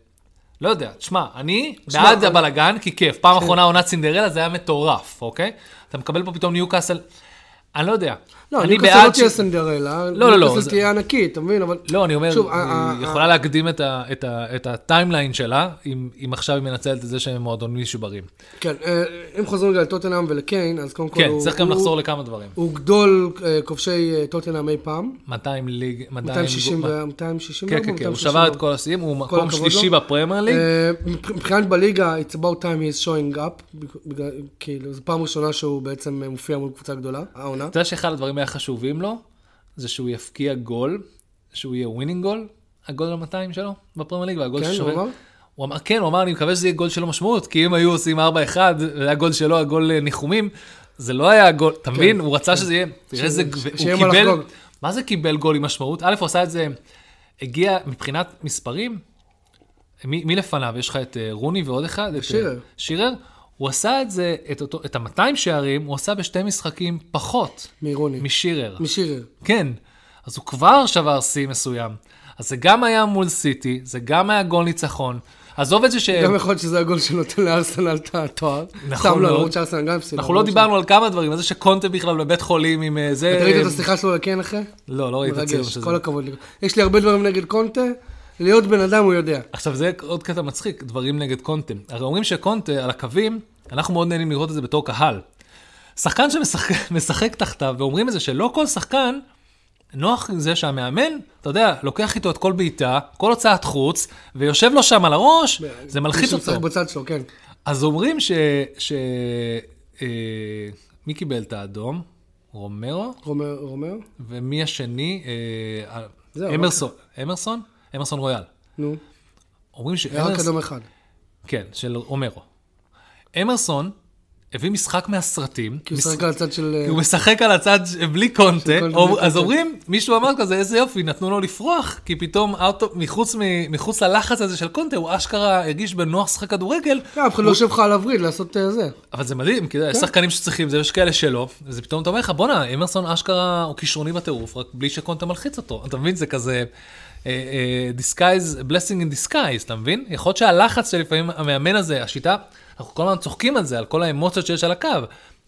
Speaker 2: לא יודע, תשמע, אני
Speaker 1: תשמע,
Speaker 2: בעד
Speaker 1: אבל- כן.
Speaker 2: הבלאגן, כי כיף. פעם אחרונה עונת סינדרלה זה היה מטורף, אוקיי? אתה מקבל פה פתאום ניוקאסל, אני לא יודע.
Speaker 1: לא,
Speaker 2: אני
Speaker 1: ניו קאסל
Speaker 2: בעד
Speaker 1: לא תהיה
Speaker 2: ש-
Speaker 1: סנדרלה.
Speaker 2: לא, לא,
Speaker 1: ניו קאסל
Speaker 2: זה-
Speaker 1: תהיה ענקית, אתה מבין? אבל...
Speaker 2: לא, אני אומר,
Speaker 1: שוב, אה, ה- ה-
Speaker 2: היא יכולה להקדים את ה- את ה- את הטיימליין שלה, אם אם עכשיו היא מנצלת את זה שהם מועדונים משברים.
Speaker 1: כן, אה, אם חוזרים רגע לטוטנאם ולקיין, אז קודם כל
Speaker 2: כן,
Speaker 1: הוא...
Speaker 2: צריך גם
Speaker 1: הוא-
Speaker 2: לחזור לכמה דברים.
Speaker 1: הוא גדול אה, כובשי אה, טוטנאם אי פעם.
Speaker 2: 200 ליג, 200...
Speaker 1: 260
Speaker 2: גו-
Speaker 1: ו... לא, 260
Speaker 2: כן, כן, כן, הוא שבר את כל השיאים, הוא מקום
Speaker 1: הכבוד
Speaker 2: שלישי
Speaker 1: לו. אה,
Speaker 2: בפרמייר ליג.
Speaker 1: מבחינת בליגה, it's about time he is showing up, בגלל- כאילו, זו פעם ראשונה שהוא בעצם מופיע מול קבוצה גדולה, העונה.
Speaker 2: אתה יודע שאחד הדברים החשובים לו, זה שהוא יפקיע גול, שהוא יהיה ווינינג גול, הגול ה-200 שלו בפרמייר ליג, והגול
Speaker 1: כן, הוא
Speaker 2: ששווה...
Speaker 1: אמר?
Speaker 2: הוא אמר, כן, הוא אמר, אני מקווה שזה יהיה גול שלו משמעות, כי אם היו עושים 4-1, זה היה גול שלו, הגול אה, ניחומים, זה לא היה גול, אתה מבין? הוא רצה שזה יהיה, תראה איזה,
Speaker 1: כן, ש-
Speaker 2: הוא
Speaker 1: שיהיה מה
Speaker 2: קיבל,
Speaker 1: לחגוג.
Speaker 2: מה זה קיבל גול עם משמעות? א', הוא עשה את זה, הגיע מבחינת מספרים, מי מי לפניו? יש לך את אה, רוני ועוד אחד? את,
Speaker 1: שירר.
Speaker 2: אה, שירר. הוא עשה את זה, את אותו- את ה-200 שערים, הוא עשה בשתי משחקים פחות
Speaker 1: מרוני.
Speaker 2: משירר.
Speaker 1: משירר.
Speaker 2: כן, אז הוא כבר שבר שיא מסוים. אז זה גם היה מול סיטי, זה גם היה גול ניצחון. עזוב את זה ש...
Speaker 1: גם יכול להיות שזה הגול שנותן לארסנל את התואר.
Speaker 2: כן. נכון
Speaker 1: סתם לא,
Speaker 2: מאוד.
Speaker 1: למרות שארסנל גם הפסידה.
Speaker 2: אנחנו לא
Speaker 1: אבל
Speaker 2: דיברנו על כמה דברים, על זה שקונטה בכלל בבית חולים עם אה, זה...
Speaker 1: משנה. אתה ראית את השיחה שלו לקיין אחרי?
Speaker 2: לא, לא ראיתי את הצילום
Speaker 1: מרגש,
Speaker 2: של זה.
Speaker 1: כל הכבוד. לי. יש לי הרבה דברים נגד קונטה, להיות בן אדם הוא יודע.
Speaker 2: עכשיו, זה עוד קטע מצחיק, דברים נגד קונטה. הרי אומרים שקונטה על הקווים, אנחנו מאוד נהנים לראות את זה בתור קהל. שחקן שמשחק תחתיו, ואומרים את זה שלא כל שחקן, נוח עם זה שהמאמן, אתה יודע, לוקח איתו את כל בעיטה, כל הוצאת חוץ, ויושב לו שם על הראש, זה מלחיץ
Speaker 1: מישהו משחק
Speaker 2: אותו.
Speaker 1: בצד שלו, כן.
Speaker 2: אז אומרים ש... ש... אה, מי קיבל את האדום? רומרו?
Speaker 1: רומר, רומר?
Speaker 2: ומי השני? אה, אה,
Speaker 1: זהו, אוקיי.
Speaker 2: אמרסון. אמרסון? אמרסון רויאל.
Speaker 1: נו,
Speaker 2: אומרים
Speaker 1: היה רק
Speaker 2: שאמרסון...
Speaker 1: אדום אחד.
Speaker 2: כן, של אומרו. אמרסון הביא משחק מהסרטים.
Speaker 1: כי הוא
Speaker 2: מש-
Speaker 1: משחק על הצד של...
Speaker 2: הוא משחק על הצד ש- בלי קונטה,
Speaker 1: קונטה,
Speaker 2: או-
Speaker 1: בלי
Speaker 2: אז
Speaker 1: קונטה.
Speaker 2: אומרים, מישהו אמר כזה, איזה יופי, נתנו לו לפרוח, כי פתאום out of- מחוץ מ- מחוץ ללחץ הזה של קונטה, הוא אשכרה הרגיש בנוח לשחק כדורגל,
Speaker 1: כן, אף אחד לא יושב לך על הווריד לעשות אה, זה.
Speaker 2: אבל זה מדהים, כי אתה יודע, יש שחקנים שצריכים זה, יש כאלה שלא, וזה פתאום אתה אומר לך, בואנה, אמרסון אשכרה הוא כישרוני בטירוף, רק בלי שקונטה מלחיץ אותו. אתה מבין, זה כזה אה, אה, disguise, blessing in disguise, אתה מבין? יכול להיות שהלחץ שלפעמים המאמן הזה, השיטה, אנחנו כל הזמן צוחקים על זה, על כל האמוציות שיש על הקו.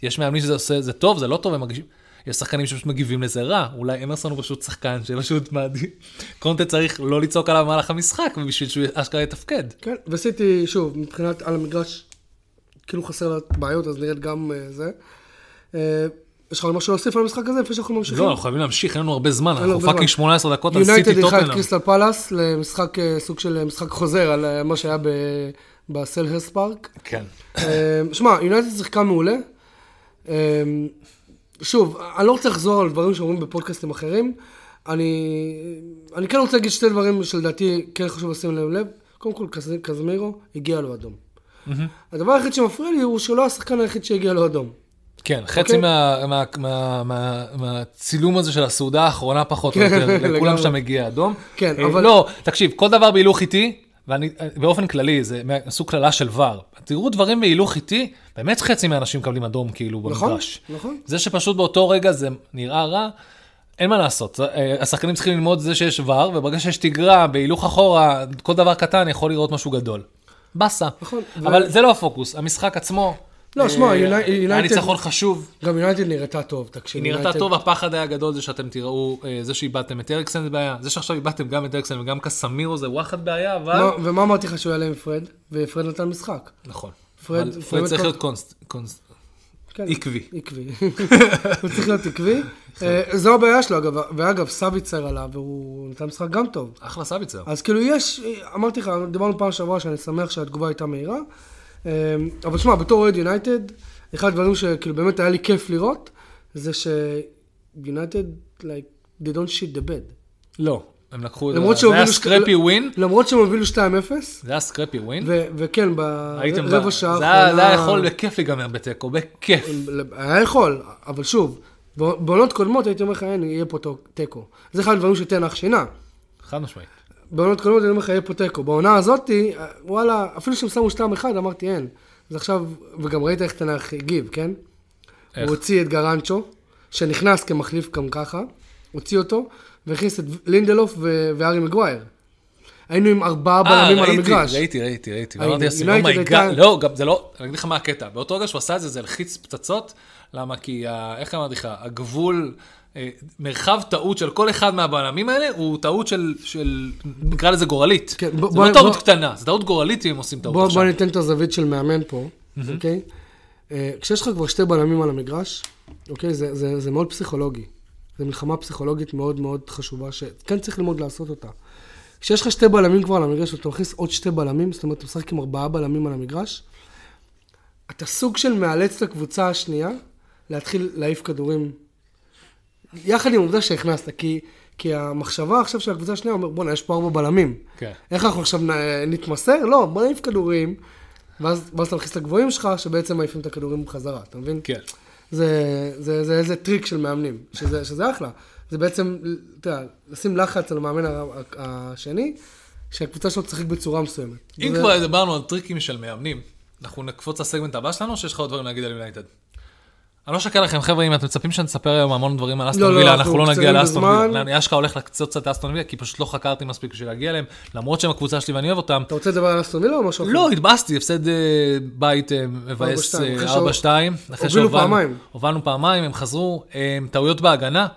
Speaker 2: יש מאמנים שזה עושה, זה טוב, זה לא טוב, הם מגישים... יש שחקנים שפשוט מגיבים לזה רע, אולי אמרסון הוא פשוט שחקן שפשוט מעדיף. קונטה צריך לא לצעוק עליו במהלך המשחק בשביל שהוא אשכרה יתפקד.
Speaker 1: כן, וסיטי, שוב, מבחינת על המגרש, כאילו חסר לה בעיות, אז נראית גם אה, זה. אה, יש לך עוד משהו להוסיף על המשחק הזה, לפני שאנחנו ממשיכים?
Speaker 2: לא, אנחנו חייבים להמשיך, אין לנו הרבה זמן, אנחנו
Speaker 1: הרבה זמן.
Speaker 2: פאקינג 18 דקות על
Speaker 1: יונייטד
Speaker 2: סיטי
Speaker 1: אירחה את
Speaker 2: טוטנאם.
Speaker 1: קריסטל פלאס למשחק, אה, סוג של אה, משחק חוזר על אה, מה שהיה ב- בסלהרס פארק.
Speaker 2: כן.
Speaker 1: אה, שמע, יונייטד שיחקה מעולה. אה, שוב, אני לא רוצה לחזור על דברים שאומרים בפודקאסטים אחרים. אני, אני כן רוצה להגיד שתי דברים שלדעתי כן חשוב לשים להם לב. קודם כל, קז- קזמירו, הגיע לו אדום. הדבר היחיד שמפריע לי הוא שהוא לא השחקן היחיד שהגיע לו אדום.
Speaker 2: כן, חצי
Speaker 1: אוקיי.
Speaker 2: מה- מה- מה- מה- מהצילום הזה של הסעודה האחרונה פחות או יותר,
Speaker 1: כן,
Speaker 2: לכולם
Speaker 1: לגמרי.
Speaker 2: שם מגיע אדום.
Speaker 1: כן,
Speaker 2: אה,
Speaker 1: אבל-
Speaker 2: לא, תקשיב, כל דבר בהילוך איטי, ואני, אה, באופן כללי, זה מה- עשו קללה של ור. תראו דברים בהילוך איטי, באמת חצי מהאנשים מקבלים אדום כאילו
Speaker 1: נכון?
Speaker 2: במגרש.
Speaker 1: נכון.
Speaker 2: זה שפשוט באותו רגע זה נראה רע, אין מה לעשות. אה, השחקנים צריכים ללמוד זה שיש ור, וברגע שיש תגרה, בהילוך אחורה, כל דבר קטן יכול לראות משהו גדול. באסה.
Speaker 1: נכון, ו-
Speaker 2: אבל זה לא הפוקוס, המשחק עצמו,
Speaker 1: לא, שמע,
Speaker 2: אה,
Speaker 1: יוני-
Speaker 2: היה
Speaker 1: יונייטד-
Speaker 2: ניצחון חשוב.
Speaker 1: גם יונייטד נראתה טוב, תקשיב.
Speaker 2: היא נראתה
Speaker 1: יונייטד-
Speaker 2: טוב, הפחד היה גדול זה שאתם תראו, אה, זה שאיבדתם את אריקסן זה בעיה, זה שעכשיו איבדתם גם את אריקסן וגם קסמירו זה וואחד בעיה, אבל...
Speaker 1: מה- ומה אמרתי לך שהוא יעלה עם פרד? ופרד נתן משחק.
Speaker 2: נכון.
Speaker 1: פרד-
Speaker 2: אבל
Speaker 1: פרד
Speaker 2: פרד צריך
Speaker 1: כל-
Speaker 2: להיות קונסט... קונסט-
Speaker 1: כן.
Speaker 2: עקבי.
Speaker 1: עקבי. הוא צריך להיות עקבי. אה, זו הבעיה שלו, אגב. ואגב, סביצר עלה, והוא נתן משחק גם טוב.
Speaker 2: אחלה סביצר.
Speaker 1: אז כאילו יש, אמרתי לך, דיברנו פעם שעברה שאני שמח שהתגובה הייתה מהירה. אמ, אבל שמע, בתור אוהד יונייטד, אחד הדברים שכאילו באמת היה לי כיף לראות, זה שיונייטד, like, they don't shit the bed.
Speaker 2: לא. הם לקחו את
Speaker 1: למרות
Speaker 2: זה,
Speaker 1: שהם
Speaker 2: זה היה
Speaker 1: הובילו-
Speaker 2: סקרפי ווין,
Speaker 1: למרות שהם הובילו 2-0,
Speaker 2: זה היה סקרפי ווין.
Speaker 1: ו- וכן,
Speaker 2: הייתם ב-
Speaker 1: ברבע שעה
Speaker 2: זה היה- זה היה יכול בכיף להיגמר בתיקו, בכיף.
Speaker 1: היה יכול, אבל שוב, בע- בעונות קודמות הייתי אומר לך, אין, יהיה פה תיקו. זה אחד הדברים שתנח שינה.
Speaker 2: חד משמעית.
Speaker 1: בעונות קודמות אני אומר לך, יהיה פה תיקו. בעונה הזאתי, וואלה, אפילו שהם שמו שתיים אחד, אמרתי אין. אז עכשיו, וגם ראית איך תנח הגיב, כן?
Speaker 2: איך?
Speaker 1: הוא הוציא את גרנצ'ו, שנכנס כמחליף גם ככה, הוציא אותו, והכניס את לינדלוף ו- וארי מגווייר. היינו עם ארבעה
Speaker 2: אה,
Speaker 1: בלמים על
Speaker 2: ראיתי,
Speaker 1: המגרש.
Speaker 2: ראיתי, ראיתי, ראיתי.
Speaker 1: אה,
Speaker 2: ואמרתי לעצמי,
Speaker 1: יונייטד
Speaker 2: אומייגאד,
Speaker 1: הייתה-
Speaker 2: לא, גם זה לא, אני אגיד לך מה הקטע. באותו רגע שהוא עשה את זה, זה הלחיץ פצצות. למה? כי, ה- איך אמרתי לך, הגבול, אה, מרחב טעות של כל אחד מהבלמים האלה, הוא טעות של, של- נקרא לזה גורלית.
Speaker 1: כן, בוא-
Speaker 2: זה
Speaker 1: בוא-
Speaker 2: לא טעות
Speaker 1: בוא-
Speaker 2: קטנה, זה טעות גורלית אם הם עושים טעות
Speaker 1: בוא,
Speaker 2: עכשיו.
Speaker 1: בוא ניתן את הזווית של מאמן פה, אוקיי? אה, כשיש לך כבר שתי בלמים על המגרש, אוקיי? זה, זה, זה מאוד פסיכולוגי. זו מלחמה פסיכולוגית מאוד מאוד חשובה, שכן צריך ללמוד לעשות אותה. כשיש לך שתי בלמים כבר על המגרש, ואתה מכניס עוד שתי בלמים, זאת אומרת, אתה משחק עם ארבעה בלמים על המגרש, אתה סוג של מאלץ את הקבוצה השנייה להתחיל להעיף כדורים. יחד עם העובדה שהכנסת, כי, כי המחשבה עכשיו של הקבוצה השנייה אומרת, בואנה, יש פה ארבע בלמים.
Speaker 2: כן.
Speaker 1: איך אנחנו עכשיו נ- נתמסר? לא, בוא נעיף כדורים, ואז ואז אתה מכניס את הגבוהים שלך, שבעצם מעיפים את הכדורים בחזרה, אתה מבין?
Speaker 2: כן.
Speaker 1: זה, זה, זה איזה טריק של מאמנים, שזה, שזה אחלה. זה בעצם, אתה יודע, לשים לחץ על המאמן ה- ה- השני, שהקבוצה שלו תשחק בצורה מסוימת.
Speaker 2: אם
Speaker 1: זה-
Speaker 2: כבר דיברנו על טריקים של מאמנים, אנחנו נקפוץ לסגמנט הבא שלנו, או שיש לך עוד דברים להגיד על יונייטד? אני לא אשקר לכם, חבר'ה, אם אתם מצפים שנספר היום המון דברים על
Speaker 1: לא,
Speaker 2: אסטון
Speaker 1: לא,
Speaker 2: וילה,
Speaker 1: אנחנו
Speaker 2: אנחנו לא נגיע
Speaker 1: קצרים
Speaker 2: לאסטון
Speaker 1: בזמן.
Speaker 2: וילה. אני אשכרה הולך לקצוץ קצת לאסטון וילה, כי פשוט לא חקרתי מספיק בשביל להגיע אליהם, למרות שהם הקבוצה שלי ואני אוהב אותם.
Speaker 1: אתה רוצה לדבר על אסטון וילה או משהו אחר?
Speaker 2: לא, התבאסתי, הפסד אה, בית אה, מבאס
Speaker 1: 4-2,
Speaker 2: אה,
Speaker 1: אחרי
Speaker 2: 4-2.
Speaker 1: שהוב-
Speaker 2: אחרי
Speaker 1: הובילו
Speaker 2: שהובלנו-
Speaker 1: פעמיים.
Speaker 2: הובלנו פעמיים, הם חזרו, אה, טעויות בהגנה.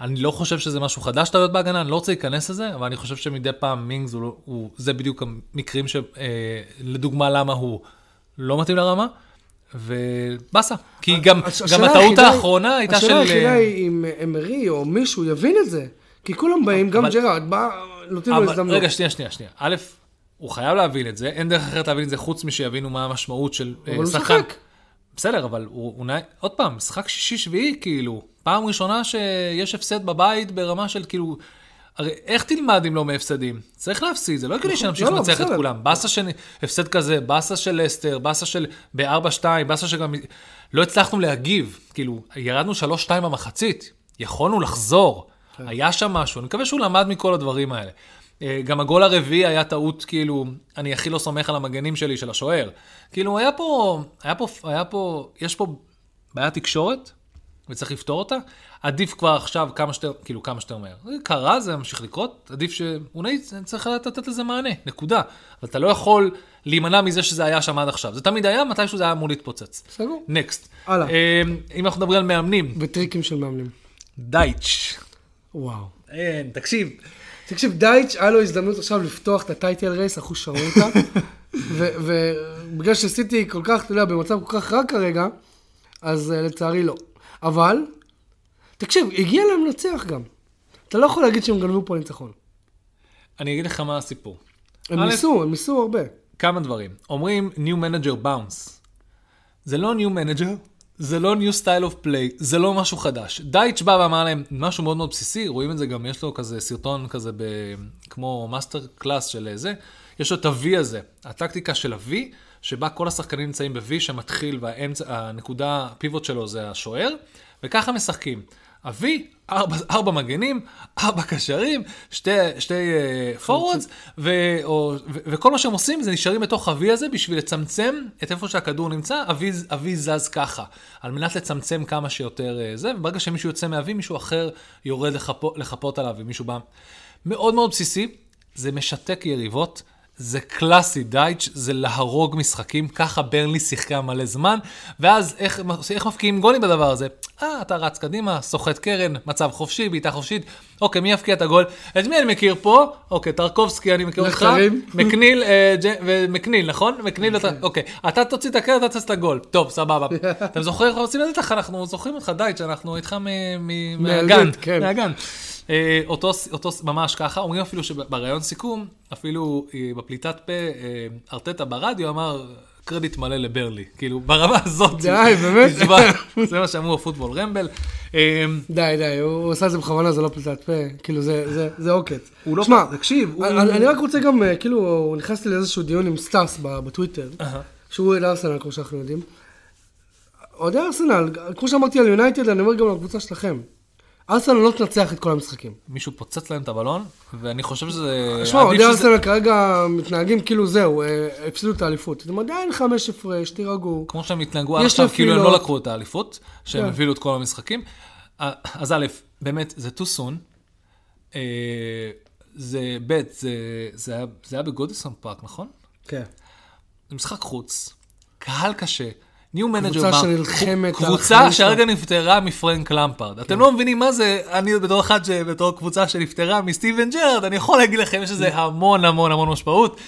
Speaker 2: אני לא חושב שזה משהו חדש, טעויות בהגנה, אני לא רוצה להיכנס לזה, אבל אני חושב שמדי פעם מינגס, הוא, לא- הוא, זה בדיוק המקרים ש- אה, לדוגמה למה הוא לא מתאים לרמה, ובאסה. כי גם,
Speaker 1: הש-
Speaker 2: גם
Speaker 1: השאלה
Speaker 2: הטעות
Speaker 1: היחידה-
Speaker 2: האחרונה הייתה של...
Speaker 1: השאלה היחידה
Speaker 2: אה,
Speaker 1: היא אם אמרי או מישהו יבין את זה. כי כולם באים, גם
Speaker 2: אבל-
Speaker 1: ג'רארד בא, נותנים לו
Speaker 2: אבל-
Speaker 1: הזדמנות.
Speaker 2: רגע, שנייה, שנייה, שנייה. א', הוא חייב להבין את זה, אין דרך אחרת להבין את זה חוץ משיבינו מה המשמעות של אה,
Speaker 1: אבל הוא
Speaker 2: שחקן.
Speaker 1: משחק.
Speaker 2: בסדר, אבל הוא, הוא נע... עוד פעם, משחק שישי-שביעי, כאילו, פעם ראשונה שיש הפסד בבית ברמה של כאילו... הרי איך תלמד אם לא מהפסדים? צריך להפסיד, זה לא הגיוני שנמשיך
Speaker 1: לא, לא,
Speaker 2: לנצח את
Speaker 1: בסדר.
Speaker 2: כולם. באסה של הפסד כזה, באסה של לסטר, באסה של ב-4-2, באסה שגם... לא הצלחנו להגיב, כאילו, ירדנו 3-2 במחצית, יכולנו לחזור, היה שם משהו, אני מקווה שהוא למד מכל הדברים האלה. אה, גם הגול הרביעי היה טעות, כאילו, אני הכי לא סומך על המגנים שלי, של השוער. כאילו, היה פה, היה פה, היה פה, יש פה בעיה תקשורת, וצריך לפתור אותה. עדיף כבר עכשיו כמה שיותר, כאילו כמה שיותר מהר. זה קרה, זה ממשיך לקרות, עדיף ש... אולי צריך לדעת לתת לזה מענה, נקודה. אבל אתה לא יכול להימנע מזה שזה היה שם עד עכשיו. זה תמיד היה, מתישהו זה היה אמור להתפוצץ.
Speaker 1: סגור.
Speaker 2: נקסט.
Speaker 1: הלאה.
Speaker 2: אם אנחנו מדברים על מאמנים,
Speaker 1: וטריקים של מאמנים.
Speaker 2: דייץ'.
Speaker 1: וואו.
Speaker 2: אין, תקשיב.
Speaker 1: תקשיב, דייץ', היה לו הזדמנות עכשיו לפתוח את הטייטל רייס, אחוז שרמוטה. ו- ובגלל שסיטי כל כך, אתה יודע, במצב כל כך רע כרגע, אז אה, לצערי לא. אבל, תקשיב, הגיע להם לנצח גם. אתה לא יכול להגיד שהם גנבו פה ניצחון.
Speaker 2: אני אגיד לך מה הסיפור.
Speaker 1: הם
Speaker 2: א',
Speaker 1: ניסו, הם ניסו הרבה.
Speaker 2: כמה דברים. אומרים New Manager Bounce. זה לא New Manager, זה לא New Style of Play, זה לא משהו חדש. דייץ' בא ואמר להם משהו מאוד מאוד בסיסי, רואים את זה גם, יש לו כזה סרטון כזה ב... כמו מאסטר קלאס של אה, זה. יש לו את ה-V הזה, הטקטיקה של ה-V, שבה כל השחקנים נמצאים ב-V שמתחיל והאמצע, הנקודה, הפיבוט שלו זה השוער, וככה משחקים. ה-V, ארבע, ארבע מגנים, ארבע קשרים, שתי, שתי פורוורדס, ו, או- ו, וכל מה שהם עושים זה נשארים בתוך ה-V הזה בשביל לצמצם את איפה שהכדור נמצא, ה-V ה-V זז ככה, על מנת לצמצם כמה שיותר אה, זה, וברגע שמישהו יוצא מה-V, מישהו אחר יורד לחפות, לחפות עליו, ומישהו בא. מאוד מאוד בסיסי, זה משתק יריבות, זה קלאסי דייץ', זה להרוג משחקים, ככה ברנלי שיחקה מלא זמן, ואז איך, איך מפקיעים גולים בדבר הזה? אה, אתה רץ קדימה, סוחט קרן, מצב חופשי, בעיטה חופשית, אוקיי, מי יפקיע את הגול? את מי אני מכיר פה? אוקיי, טרקובסקי, אני מכיר אותך.
Speaker 1: מחקרים.
Speaker 2: מקניל, אה, ג'- ומקניל, נכון? מקניל, אתה- אוקיי. אתה תוציא את הקרן, אתה תוציא את הגול. טוב, סבבה. אתם זוכרים איך עושים את זה? אנחנו זוכרים אותך, דייץ', אנחנו איתך מ- מ-
Speaker 1: מהילדות,
Speaker 2: מהגן.
Speaker 1: כן.
Speaker 2: מהגן. אה, אותו, אותו, ממש ככה, אומרים אפילו שבראיון סיכום, אפילו אה, בפליטת פה, אה, ארטטה ברדיו אמר, קרדיט מלא לברלי. כאילו, ברמה הזאת.
Speaker 1: די, באמת?
Speaker 2: נשבע. זה מה שאמרו הפוטבול רמבל. אה,
Speaker 1: די, די, הוא הוא עשה את זה בכוונה, זה לא פליטת פה, כאילו זה- זה- זה עוקץ.
Speaker 2: הוא לא-
Speaker 1: שמע,
Speaker 2: תקשיב, הוא-
Speaker 1: אני אני רק רוצה גם, אה, כאילו, נכנסתי לאיזשהו דיון עם סטאס ב- בטוויטר,
Speaker 2: אהה.
Speaker 1: שהוא אל ארסנל, כמו שאנחנו יודעים. אוהדי ארסנל, כמו שאמרתי על יונייטד, אני אומר גם על הקבוצה שלכם. ארסנל לא תנצח את כל המשחקים.
Speaker 2: מישהו פוצץ להם את הבלון, ואני חושב שזה...
Speaker 1: שמע,
Speaker 2: עדיף
Speaker 1: אוהדי
Speaker 2: שזה-
Speaker 1: ארסנל כרגע מתנהגים כאילו זהו, אה, הפסידו את האליפות. אתם עדיין חמש הפרש, תירגעו.
Speaker 2: כמו שהם התנהגו עד
Speaker 1: יש
Speaker 2: עכשיו, כאילו הם לא
Speaker 1: נפילות.
Speaker 2: לקחו את האליפות, שהם
Speaker 1: כן.
Speaker 2: הובילו את כל המשחקים. אה, אז א', באמת, זה too soon. אה, זה ב', זה- זה היה- זה היה בגודלסון פארק, נכון?
Speaker 1: כן.
Speaker 2: זה משחק חוץ, קהל קשה, ניו מנג'ר
Speaker 1: קבוצה שנלחמת על כן.
Speaker 2: קבוצה
Speaker 1: החיים
Speaker 2: שהרגע נפטרה מפרנק למפרד. אתם לא מבינים מה זה, אני בתור אחד, ש- בתור קבוצה שנפטרה מסטיבן ג'רד, אני יכול להגיד לכם, יש
Speaker 1: כן.
Speaker 2: לזה המון המון המון משמעות.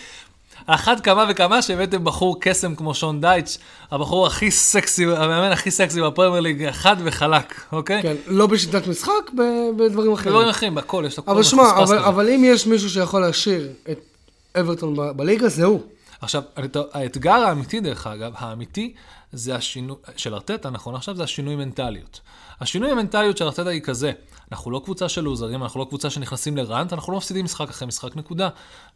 Speaker 2: על אחת כמה וכמה שהבאתם בחור קסם כמו שון דייטש, הבחור הכי סקסי, המאמן הכי סקסי בפרמייר ליג, חד וחלק, אוקיי?
Speaker 1: כן, לא בשיטת משחק, ב- בדברים
Speaker 2: דברים
Speaker 1: אחרים. לא
Speaker 2: אחרים, בכל, יש לו כל
Speaker 1: אבל שמע,
Speaker 2: מפספס
Speaker 1: אבל-
Speaker 2: כזה.
Speaker 1: אבל אם יש מישהו שיכול להשאיר את אברטון ב- בליגה, זה הוא.
Speaker 2: עכשיו, האת- האתגר האמיתי, דרך אגב, האמיתי, זה השינוי, של ארטטה, נכון עכשיו, זה השינוי מנטליות. השינוי המנטליות של ארטטה היא כזה, אנחנו לא קבוצה של לוזרים, אנחנו לא קבוצה שנכנסים לראנט, אנחנו לא מפסידים משחק אחרי משחק, נקודה.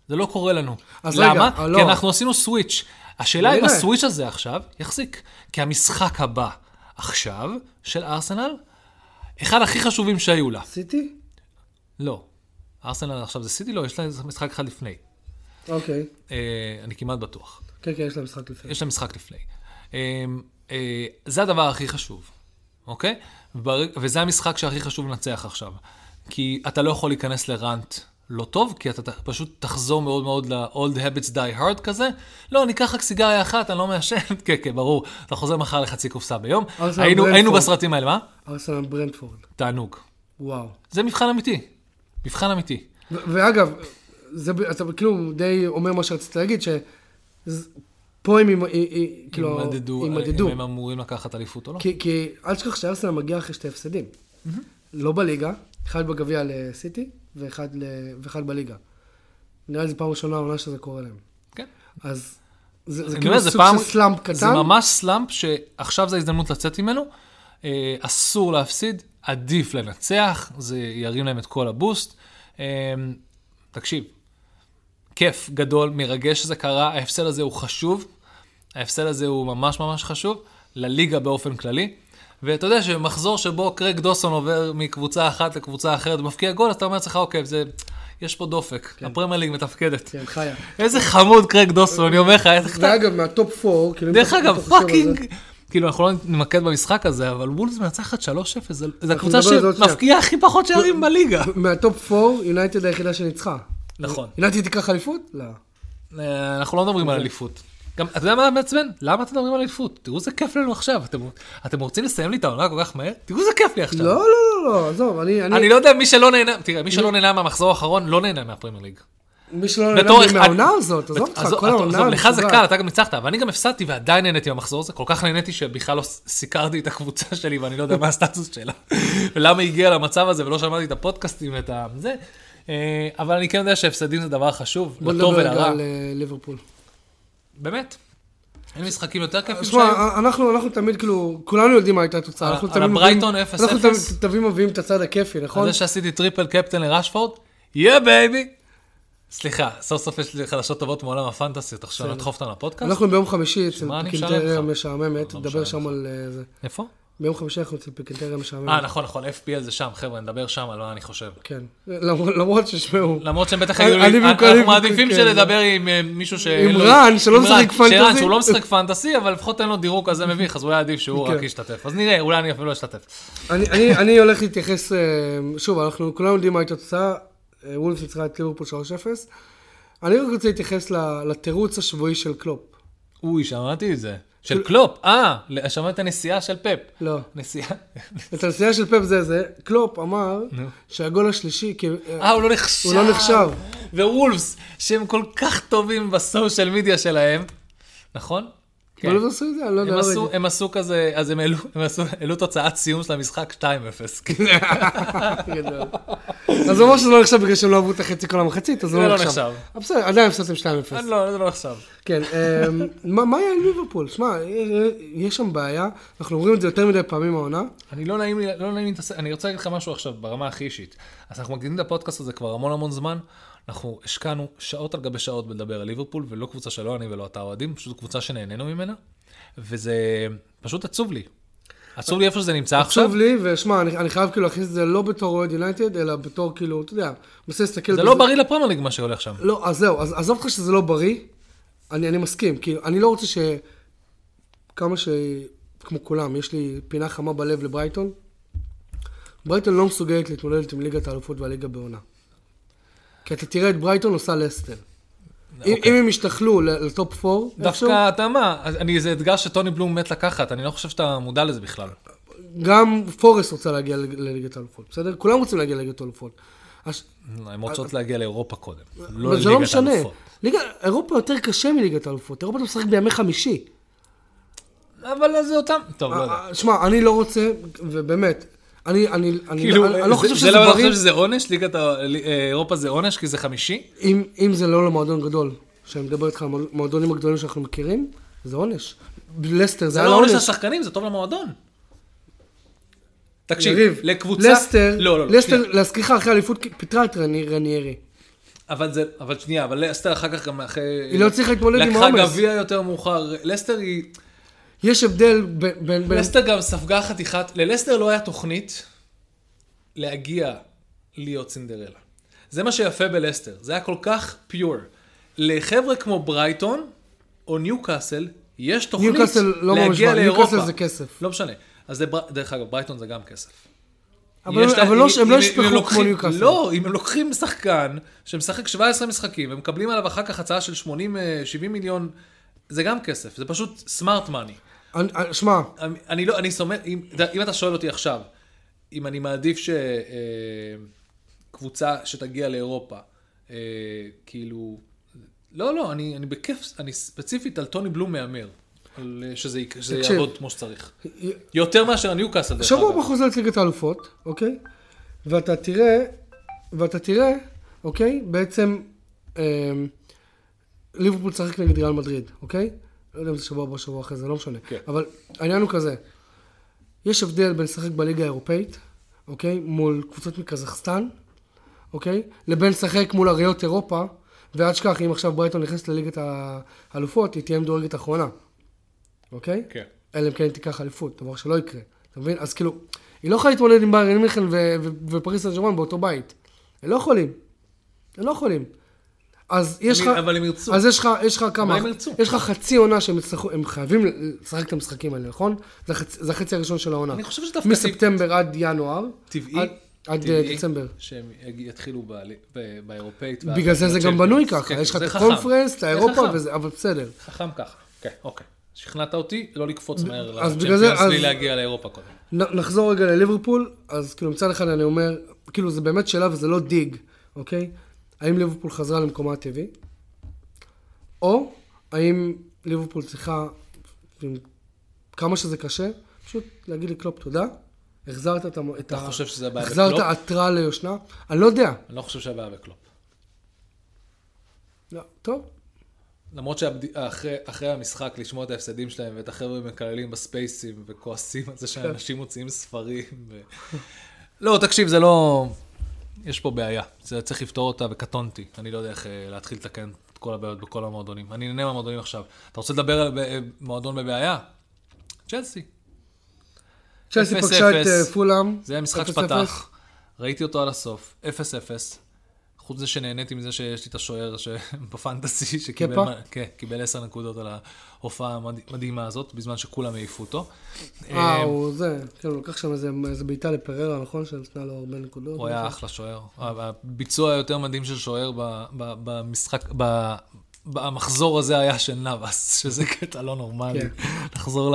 Speaker 2: זה לא קורה לנו.
Speaker 1: אז
Speaker 2: למה?
Speaker 1: רגע, לא.
Speaker 2: כי אנחנו עשינו סוויץ'. השאלה אם
Speaker 1: נראה.
Speaker 2: הסוויץ' הזה עכשיו יחזיק, כי המשחק הבא עכשיו, של ארסנל, אחד הכי חשובים שהיו לה.
Speaker 1: סיטי?
Speaker 2: לא. ארסנל עכשיו זה סיטי? לא, יש לה איזה משחק אחד לפני.
Speaker 1: אוקיי.
Speaker 2: אה, אני כמעט בטוח.
Speaker 1: כן, כן, יש להם משחק לפני.
Speaker 2: יש להם משחק לפני. אמ, אה, זה הדבר הכי חשוב, אוקיי? וברגע- וזה המשחק שהכי חשוב לנצח עכשיו. כי אתה לא יכול להיכנס לראנט לא טוב, כי אתה ת- פשוט תחזור מאוד מאוד ל-old habits die hard כזה. לא, אני אקח רק סיגריה אחת, אני לא מעשן. כן, כן, ברור. אתה חוזר מחר לחצי קופסה ביום.
Speaker 1: אז זה
Speaker 2: היינו,
Speaker 1: הברנפורד.
Speaker 2: היינו בסרטים האלה, מה?
Speaker 1: ארסנל ברנדפורד.
Speaker 2: תענוג.
Speaker 1: וואו.
Speaker 2: זה מבחן אמיתי. מבחן אמיתי.
Speaker 1: ו- ואגב, זה, ב- אתה כאילו די אומר מה שרצית להגיד, שפה הם ימ- י- י- כאילו,
Speaker 2: ימדדו,
Speaker 1: ימדדו.
Speaker 2: אם הם אמורים לקחת אליפות או לא.
Speaker 1: כי, כי אל תשכח שארסנל מגיע אחרי שתי הפסדים. לא בליגה, אחד בגביע לסיטי ואחד, ל... ואחד בליגה. נראה לי זו פעם ראשונה העונה שזה קורה להם.
Speaker 2: כן.
Speaker 1: אז זה, זה
Speaker 2: אני
Speaker 1: כאילו
Speaker 2: אומר, זה
Speaker 1: סוג
Speaker 2: פעם-
Speaker 1: של סלאמפ קטן.
Speaker 2: זה ממש סלאמפ שעכשיו זו ההזדמנות לצאת ממנו. אה, אסור להפסיד, עדיף לנצח, זה ירים להם את כל הבוסט. אה, תקשיב, כיף גדול, מרגש שזה קרה, ההפסד הזה הוא חשוב, ההפסד הזה הוא ממש ממש חשוב, לליגה באופן כללי. ואתה יודע שמחזור שבו קרק דוסון עובר מקבוצה אחת לקבוצה אחרת ומפקיע גול, אז אתה אומר לעצמך, אוקיי, זה, יש פה דופק, הפרמייר ליג מתפקדת.
Speaker 1: כן, חיה.
Speaker 2: איזה חמוד קרק דוסון, אני אומר לך, איך אתה
Speaker 1: ואגב, מהטופ 4, כאילו... אם
Speaker 2: דרך
Speaker 1: אתה-
Speaker 2: אגב,
Speaker 1: אתה חושב על זה-
Speaker 2: פאקינג, כאילו אנחנו לא נתמקד במשחק הזה, אבל וולס מנצחת 3-0, זה- זה הקבוצה
Speaker 1: נדבר על זה עוד שנייה. לא-
Speaker 2: שמפקיעה הכי פחות שערים בליגה.
Speaker 1: מהטופ 4, יונייטד היחידה שניצחה.
Speaker 2: נכון.
Speaker 1: יונייטד תיקח אליפות? לא.
Speaker 2: אה, אנחנו לא מדברים על
Speaker 1: אוקיי.
Speaker 2: אליפות. גם, אתה יודע מה מעצבן? למה אתם מדברים על אליפות? תראו איזה כיף לנו עכשיו. אתם- אתם רוצים לסיים לי את העונה כל כך מהר? תראו איזה כיף לי
Speaker 1: לא,
Speaker 2: עכשיו.
Speaker 1: לא, לא, לא, עזוב, אני...
Speaker 2: אני לא יודע, מי שלא נהנה, תראה, מי שלא נהנה מהמחזור האחרון, לא נהנה מהפרמייר ליג.
Speaker 1: מי שלא
Speaker 2: בתור
Speaker 1: נהנה
Speaker 2: אחד-
Speaker 1: מהעונה הזאת, עזוב אותך,
Speaker 2: עזוב,
Speaker 1: כל
Speaker 2: עזוב,
Speaker 1: העונה...
Speaker 2: לך זה
Speaker 1: המשוגעת.
Speaker 2: קל, אתה גם ניצחת, אבל אני גם הפסדתי ועדיין נהניתי במחזור הזה, כל כך נהניתי שבכלל לא ס- סיקרתי את הקבוצה שלי ואני לא יודע מה הסטטוס שלה, ולמה היא הגיעה למצב הזה ולא שמעתי את הפודקאסטים ואת ה... זה. אה, אבל אני כן יודע שהפסדים זה דבר חשוב,
Speaker 1: בוא
Speaker 2: לטוב
Speaker 1: נדבר רגע
Speaker 2: ולרע,
Speaker 1: על אה, ליברפול. באמת.
Speaker 2: אין משחקים יותר כיפים
Speaker 1: תשמע,
Speaker 2: שהיו.
Speaker 1: אה, אנחנו אנחנו תמיד כאילו, כולנו יודעים מה הייתה התוצאה.
Speaker 2: על-
Speaker 1: אנחנו
Speaker 2: על
Speaker 1: תמיד
Speaker 2: הברייטון
Speaker 1: מביאים-
Speaker 2: 0-0.
Speaker 1: אנחנו תמיד- תמיד מביאים את הצד הכיפי,
Speaker 2: על
Speaker 1: נכון?
Speaker 2: זה שעשיתי טריפל קפטן לרשפורד, יא בייבי. סליחה, סוף סוף יש לי חדשות טובות מעולם הפנטסי, אתה חושב לדחוף אותנו לפודקאסט?
Speaker 1: אנחנו ביום חמישי אצל
Speaker 2: מה אני משלם לך?
Speaker 1: פיקינטריה המשעממת,
Speaker 2: לא
Speaker 1: נדבר
Speaker 2: משלם
Speaker 1: שם על אה, זה.
Speaker 2: איפה?
Speaker 1: ביום חמישי אנחנו אצל פיקינטריה
Speaker 2: אה,
Speaker 1: משעממת.
Speaker 2: נכון, נכון, FPL זה שם, חבר'ה, נדבר שם על מה אני חושב.
Speaker 1: כן. למרות למרות ששמעו,
Speaker 2: למרות שהם בטח
Speaker 1: אני-
Speaker 2: היו,
Speaker 1: אני
Speaker 2: לי-
Speaker 1: במקום-
Speaker 2: אנחנו
Speaker 1: אני
Speaker 2: מעדיפים
Speaker 1: במקום-
Speaker 2: שלדבר עם אה, מישהו ש...
Speaker 1: עם
Speaker 2: לא-
Speaker 1: רן, שלא
Speaker 2: עם
Speaker 1: משחק
Speaker 2: רן,
Speaker 1: פנטזי.
Speaker 2: שרן, שהוא לא משחק פנטזי, אבל לפחות אין לו דירוג כזה מביך, אז אולי עדיף שהוא
Speaker 1: כן.
Speaker 2: רק ישתתף. אז נראה, אולי אני אפילו לא אשתתף.
Speaker 1: אני- אני- אני הולך להתייחס, אה, שוב, אנחנו כולנו יודעים מה הייתה התוצאה, אה, וולף ניצחה את ליברפול 3-0, אני רק רוצה להתייחס ל- לתירוץ השבועי של קלופ.
Speaker 2: אוי, שמעתי את זה. של קלופ, אה, ל- שמעתי את הנסיעה של פפ.
Speaker 1: לא.
Speaker 2: נסיעה.
Speaker 1: את הנסיעה של פפ זה זה, קלופ אמר
Speaker 2: נו.
Speaker 1: שהגול השלישי, כי- אה,
Speaker 2: אה, הוא לא נחשב.
Speaker 1: הוא לא נחשב.
Speaker 2: ווולפס, שהם כל כך טובים בסושיאל מדיה שלהם, נכון?
Speaker 1: אבל הם עשו את זה, אני לא יודע,
Speaker 2: הם
Speaker 1: לא
Speaker 2: עשו,
Speaker 1: ראיתי.
Speaker 2: הם עשו כזה, אז הם העלו, הם עשו, העלו תוצאת סיום של המשחק 2-0.
Speaker 1: כן.
Speaker 2: כאילו,
Speaker 1: גדול. אז זה אומר שזה לא נחשב בגלל שהם לא אהבו את החצי כל המחצית, אז זה
Speaker 2: זה
Speaker 1: לא
Speaker 2: לא
Speaker 1: נחשב.
Speaker 2: נחשב.
Speaker 1: אבל בסדר, עדיין הפסדתם 2-0.
Speaker 2: אה, לא, זה לא נחשב.
Speaker 1: כן, אמ, מה מה היה עם ליברפול? שמע, אה, יש שם בעיה, אנחנו אומרים את זה יותר מדי פעמים העונה.
Speaker 2: אני לא נעים לי, לא נעים לי להתעסק, אני רוצה להגיד לך משהו עכשיו ברמה הכי אישית. אז אנחנו מקדימים את הפודקאסט הזה כבר המון המון זמן. אנחנו השקענו שעות על גבי שעות בלדבר על ליברפול, ולא קבוצה שלא אני ולא אתה אוהדים, פשוט קבוצה שנהנינו ממנה, וזה פשוט עצוב לי. עצוב לי איפה שזה נמצא עכשיו.
Speaker 1: חשוב לי, ושמע, אני אני חייב כאילו להכניס את זה לא בתור אוהד יונייטד, אלא בתור כאילו, אתה יודע, אני מנסה להסתכל...
Speaker 2: זה לא
Speaker 1: בזה-
Speaker 2: בריא לפרמייר ליג מה שהולך שם.
Speaker 1: לא, אז זהו, אז עזוב אותך שזה לא בריא, אני, אני מסכים, כי אני לא רוצה ש... כמה ש... כמו כולם, יש לי פינה חמה בלב לברייטון. ברייטון לא מסוגלת להתמודד עם ליגת האלופות והליגה בעונה. כי אתה תראה את ברייטון עושה לסטר. אם, אם הם ישתכלו ל- לטופ 4,
Speaker 2: אוקיי. דווקא, אתה מה, אני, זה אתגר שטוני בלום מת לקחת, אני לא חושב שאתה מודע לזה בכלל.
Speaker 1: גם פורס רוצה להגיע ל- לליגת האלופות, בסדר? כולם רוצים להגיע לליגת האלופות. הש-
Speaker 2: הן רוצות להגיע לאירופה קודם, לא
Speaker 1: אבל זה לא
Speaker 2: לליגת
Speaker 1: משנה.
Speaker 2: האלופות.
Speaker 1: ליגה, אירופה יותר קשה מליגת האלופות, אירופה אתה משחק בימי חמישי.
Speaker 2: אבל זה אותם, טוב, לא יודע.
Speaker 1: אה, שמע, אני לא רוצה, ובאמת, אני, אני, אני,
Speaker 2: כאילו,
Speaker 1: אני, אני לא
Speaker 2: זה-
Speaker 1: חושב
Speaker 2: זה
Speaker 1: שזה
Speaker 2: למה אתה
Speaker 1: בריא,
Speaker 2: חושב שזה עונש? ליגת ה- ל- אה, אירופה זה עונש כי זה חמישי?
Speaker 1: אם, אם זה לא למועדון גדול, שאני מדבר איתך על המועדונים הגדולים שאנחנו מכירים, זה עונש. לסטר, זה
Speaker 2: זה
Speaker 1: היה
Speaker 2: לא
Speaker 1: לה
Speaker 2: עונש
Speaker 1: עונש.
Speaker 2: לשחקנים, זה טוב למועדון. תקשיב,
Speaker 1: יריב,
Speaker 2: לקבוצה...
Speaker 1: לסטר,
Speaker 2: לא, לא, לא,
Speaker 1: לסטר,
Speaker 2: שנייה.
Speaker 1: להזכירך אחרי האליפות, פיטרה את רני- רניירי.
Speaker 2: אבל זה, אבל שנייה, אבל לסטר אחר כך גם אחרי...
Speaker 1: היא לא הצליחה להתמודד עם
Speaker 2: לקחה
Speaker 1: העומס.
Speaker 2: גביע יותר מאוחר. לסטר היא...
Speaker 1: יש הבדל בין, בין, בין,
Speaker 2: לסטר גם ספגה חתיכת... ללסטר לא היה תוכנית להגיע להיות סינדרלה. זה מה שיפה בלסטר, זה היה כל כך פיור. לחבר'ה כמו ברייטון או ניוקאסל, יש תוכנית
Speaker 1: ניוקאסל לא ממש
Speaker 2: להגיע
Speaker 1: בא,
Speaker 2: לאירופה.
Speaker 1: ניוקאסל זה כסף.
Speaker 2: לא משנה. אז זה, בר- דרך אגב, ברייטון זה גם כסף.
Speaker 1: אבל,
Speaker 2: יש לה-
Speaker 1: אבל לא,
Speaker 2: אם-
Speaker 1: הם לא
Speaker 2: אם- אם הם
Speaker 1: ישפכו כמו
Speaker 2: לוקחים-
Speaker 1: ניוקאסל.
Speaker 2: לא, אם הם לוקחים שחקן שמשחק 17 משחקים ומקבלים עליו אחר כך הצעה של 80-70 מיליון, זה גם כסף, זה פשוט סמארט מאני.
Speaker 1: אני- אני- שמע,
Speaker 2: אני- אני לא, אני סומך, אם, אתה- אם אתה שואל אותי עכשיו, אם אני מעדיף שקבוצה שתגיע לאירופה, אה, כאילו, לא, לא, אני, אני בכיף, אני ספציפית על טוני בלום מהמר, על, אה, שזה, יק- שזה
Speaker 1: תקשיב.
Speaker 2: יעבוד כמו שצריך. יותר מאשר הניוקאסל, דרך
Speaker 1: שבוע הבא
Speaker 2: אגב.
Speaker 1: חוזרת ליגת האלופות, אוקיי? ואתה תראה, ואתה תראה, אוקיי? בעצם, אה, ליברפול צחק נגד ריאל מדריד, אוקיי? לא יודע אם זה שבוע הבא, שבוע אחרי זה, לא משנה.
Speaker 2: כן.
Speaker 1: אבל העניין הוא כזה, יש הבדל בין לשחק בליגה האירופאית, אוקיי? מול קבוצות מקזחסטן, אוקיי? לבין לשחק מול אריות אירופה, ואל תשכח, אם עכשיו ברייטון נכנסת לליגת האלופות, היא תהיה מדורגת אחרונה, אוקיי?
Speaker 2: כן.
Speaker 1: אלא אם כן היא תיקח אליפות, דבר שלא יקרה. אתה מבין? אז כאילו, היא לא יכולה להתמודד עם ביירן מינכן ו- ו- ופריס סן ג'רמן באותו בית. הם לא יכולים. הם לא יכולים. אז יש לך...
Speaker 2: אבל- אבל הם ירצו.
Speaker 1: אז יש לך, יש לך כמה...
Speaker 2: הם ירצו.
Speaker 1: יש לך חצי עונה שהם יצטרכו, הם חייבים לשחק את המשחקים האלה, נכון? זה, החצ... זה החצי הראשון של העונה.
Speaker 2: אני חושב שדווקא
Speaker 1: מספטמבר עד ינואר.
Speaker 2: טבעי,
Speaker 1: עד, עד אה,
Speaker 2: טבעי
Speaker 1: דצמבר.
Speaker 2: שהם יג- יתחילו ב- ב- באירופאית. ואז
Speaker 1: בגלל זה זה גם
Speaker 2: בצ'מפיונס.
Speaker 1: בנוי ככה,
Speaker 2: כן,
Speaker 1: יש לך
Speaker 2: זה
Speaker 1: את
Speaker 2: חכם.
Speaker 1: הקונפרנס, את
Speaker 2: זה
Speaker 1: האירופה,
Speaker 2: חכם.
Speaker 1: וזה, אבל בסדר.
Speaker 2: חכם ככה, כן, אוקיי. שכנעת אותי לא לקפוץ מהר
Speaker 1: אז בגלל זה-
Speaker 2: לצ'מפיונס בלי
Speaker 1: אז-
Speaker 2: להגיע לאירופה קודם.
Speaker 1: נ- נחזור רגע לליברפול, אז כאילו מצד אחד אני אומר, כאילו זה באמת שאלה וזה לא דיג, אוקיי? האם ליברפול חזרה למקומה הטבעי? או האם ליברפול צריכה, עם כמה שזה קשה, פשוט להגיד לקלופ תודה, החזרת את ה...
Speaker 2: אתה חושב שזה הבעיה
Speaker 1: אה, החזרת
Speaker 2: בקלופ?
Speaker 1: עטרה ליושנה? אני לא יודע.
Speaker 2: אני לא חושב שהבעיה בקלופ.
Speaker 1: לא, טוב,
Speaker 2: למרות שאחרי המשחק, לשמוע את ההפסדים שלהם ואת החבר'ה מקללים בספייסים וכועסים על זה
Speaker 1: כן.
Speaker 2: שאנשים מוציאים ספרים. ו... לא, תקשיב, זה לא... יש פה בעיה. זה צריך לפתור אותה וקטונתי. אני לא יודע איך אה, להתחיל לתקן את כל הבעיות בכל המועדונים. אני נהנה מהמועדונים עכשיו. אתה רוצה לדבר על ב- אה, מועדון בבעיה? צ'לסי.
Speaker 1: צ'לסי
Speaker 2: אפס,
Speaker 1: פגשה את
Speaker 2: אפס.
Speaker 1: אה, פולאם.
Speaker 2: זה היה משחק
Speaker 1: אפס, אפס.
Speaker 2: שפתח, ראיתי אותו על הסוף, 0-0. חוץ מזה שנהניתי מזה שיש לי את השוער ש- בפנטסי, שקיבל
Speaker 1: קפה?
Speaker 2: מה- כן, קיבל 10 נקודות על ההופעה המדהימה הזאת, בזמן שכולם העיפו אותו.
Speaker 1: אה, הוא זה, כן, הוא לקח שם איזה איזה בעיטה לפררה, נכון? שנתנה לו הרבה נקודות.
Speaker 2: הוא היה אחלה שוער. הביצוע היותר מדהים של שוער ב- ב- במשחק, ב- במחזור הזה היה של נאבס, שזה קטע לא נורמלי.
Speaker 1: כן.
Speaker 2: לחזור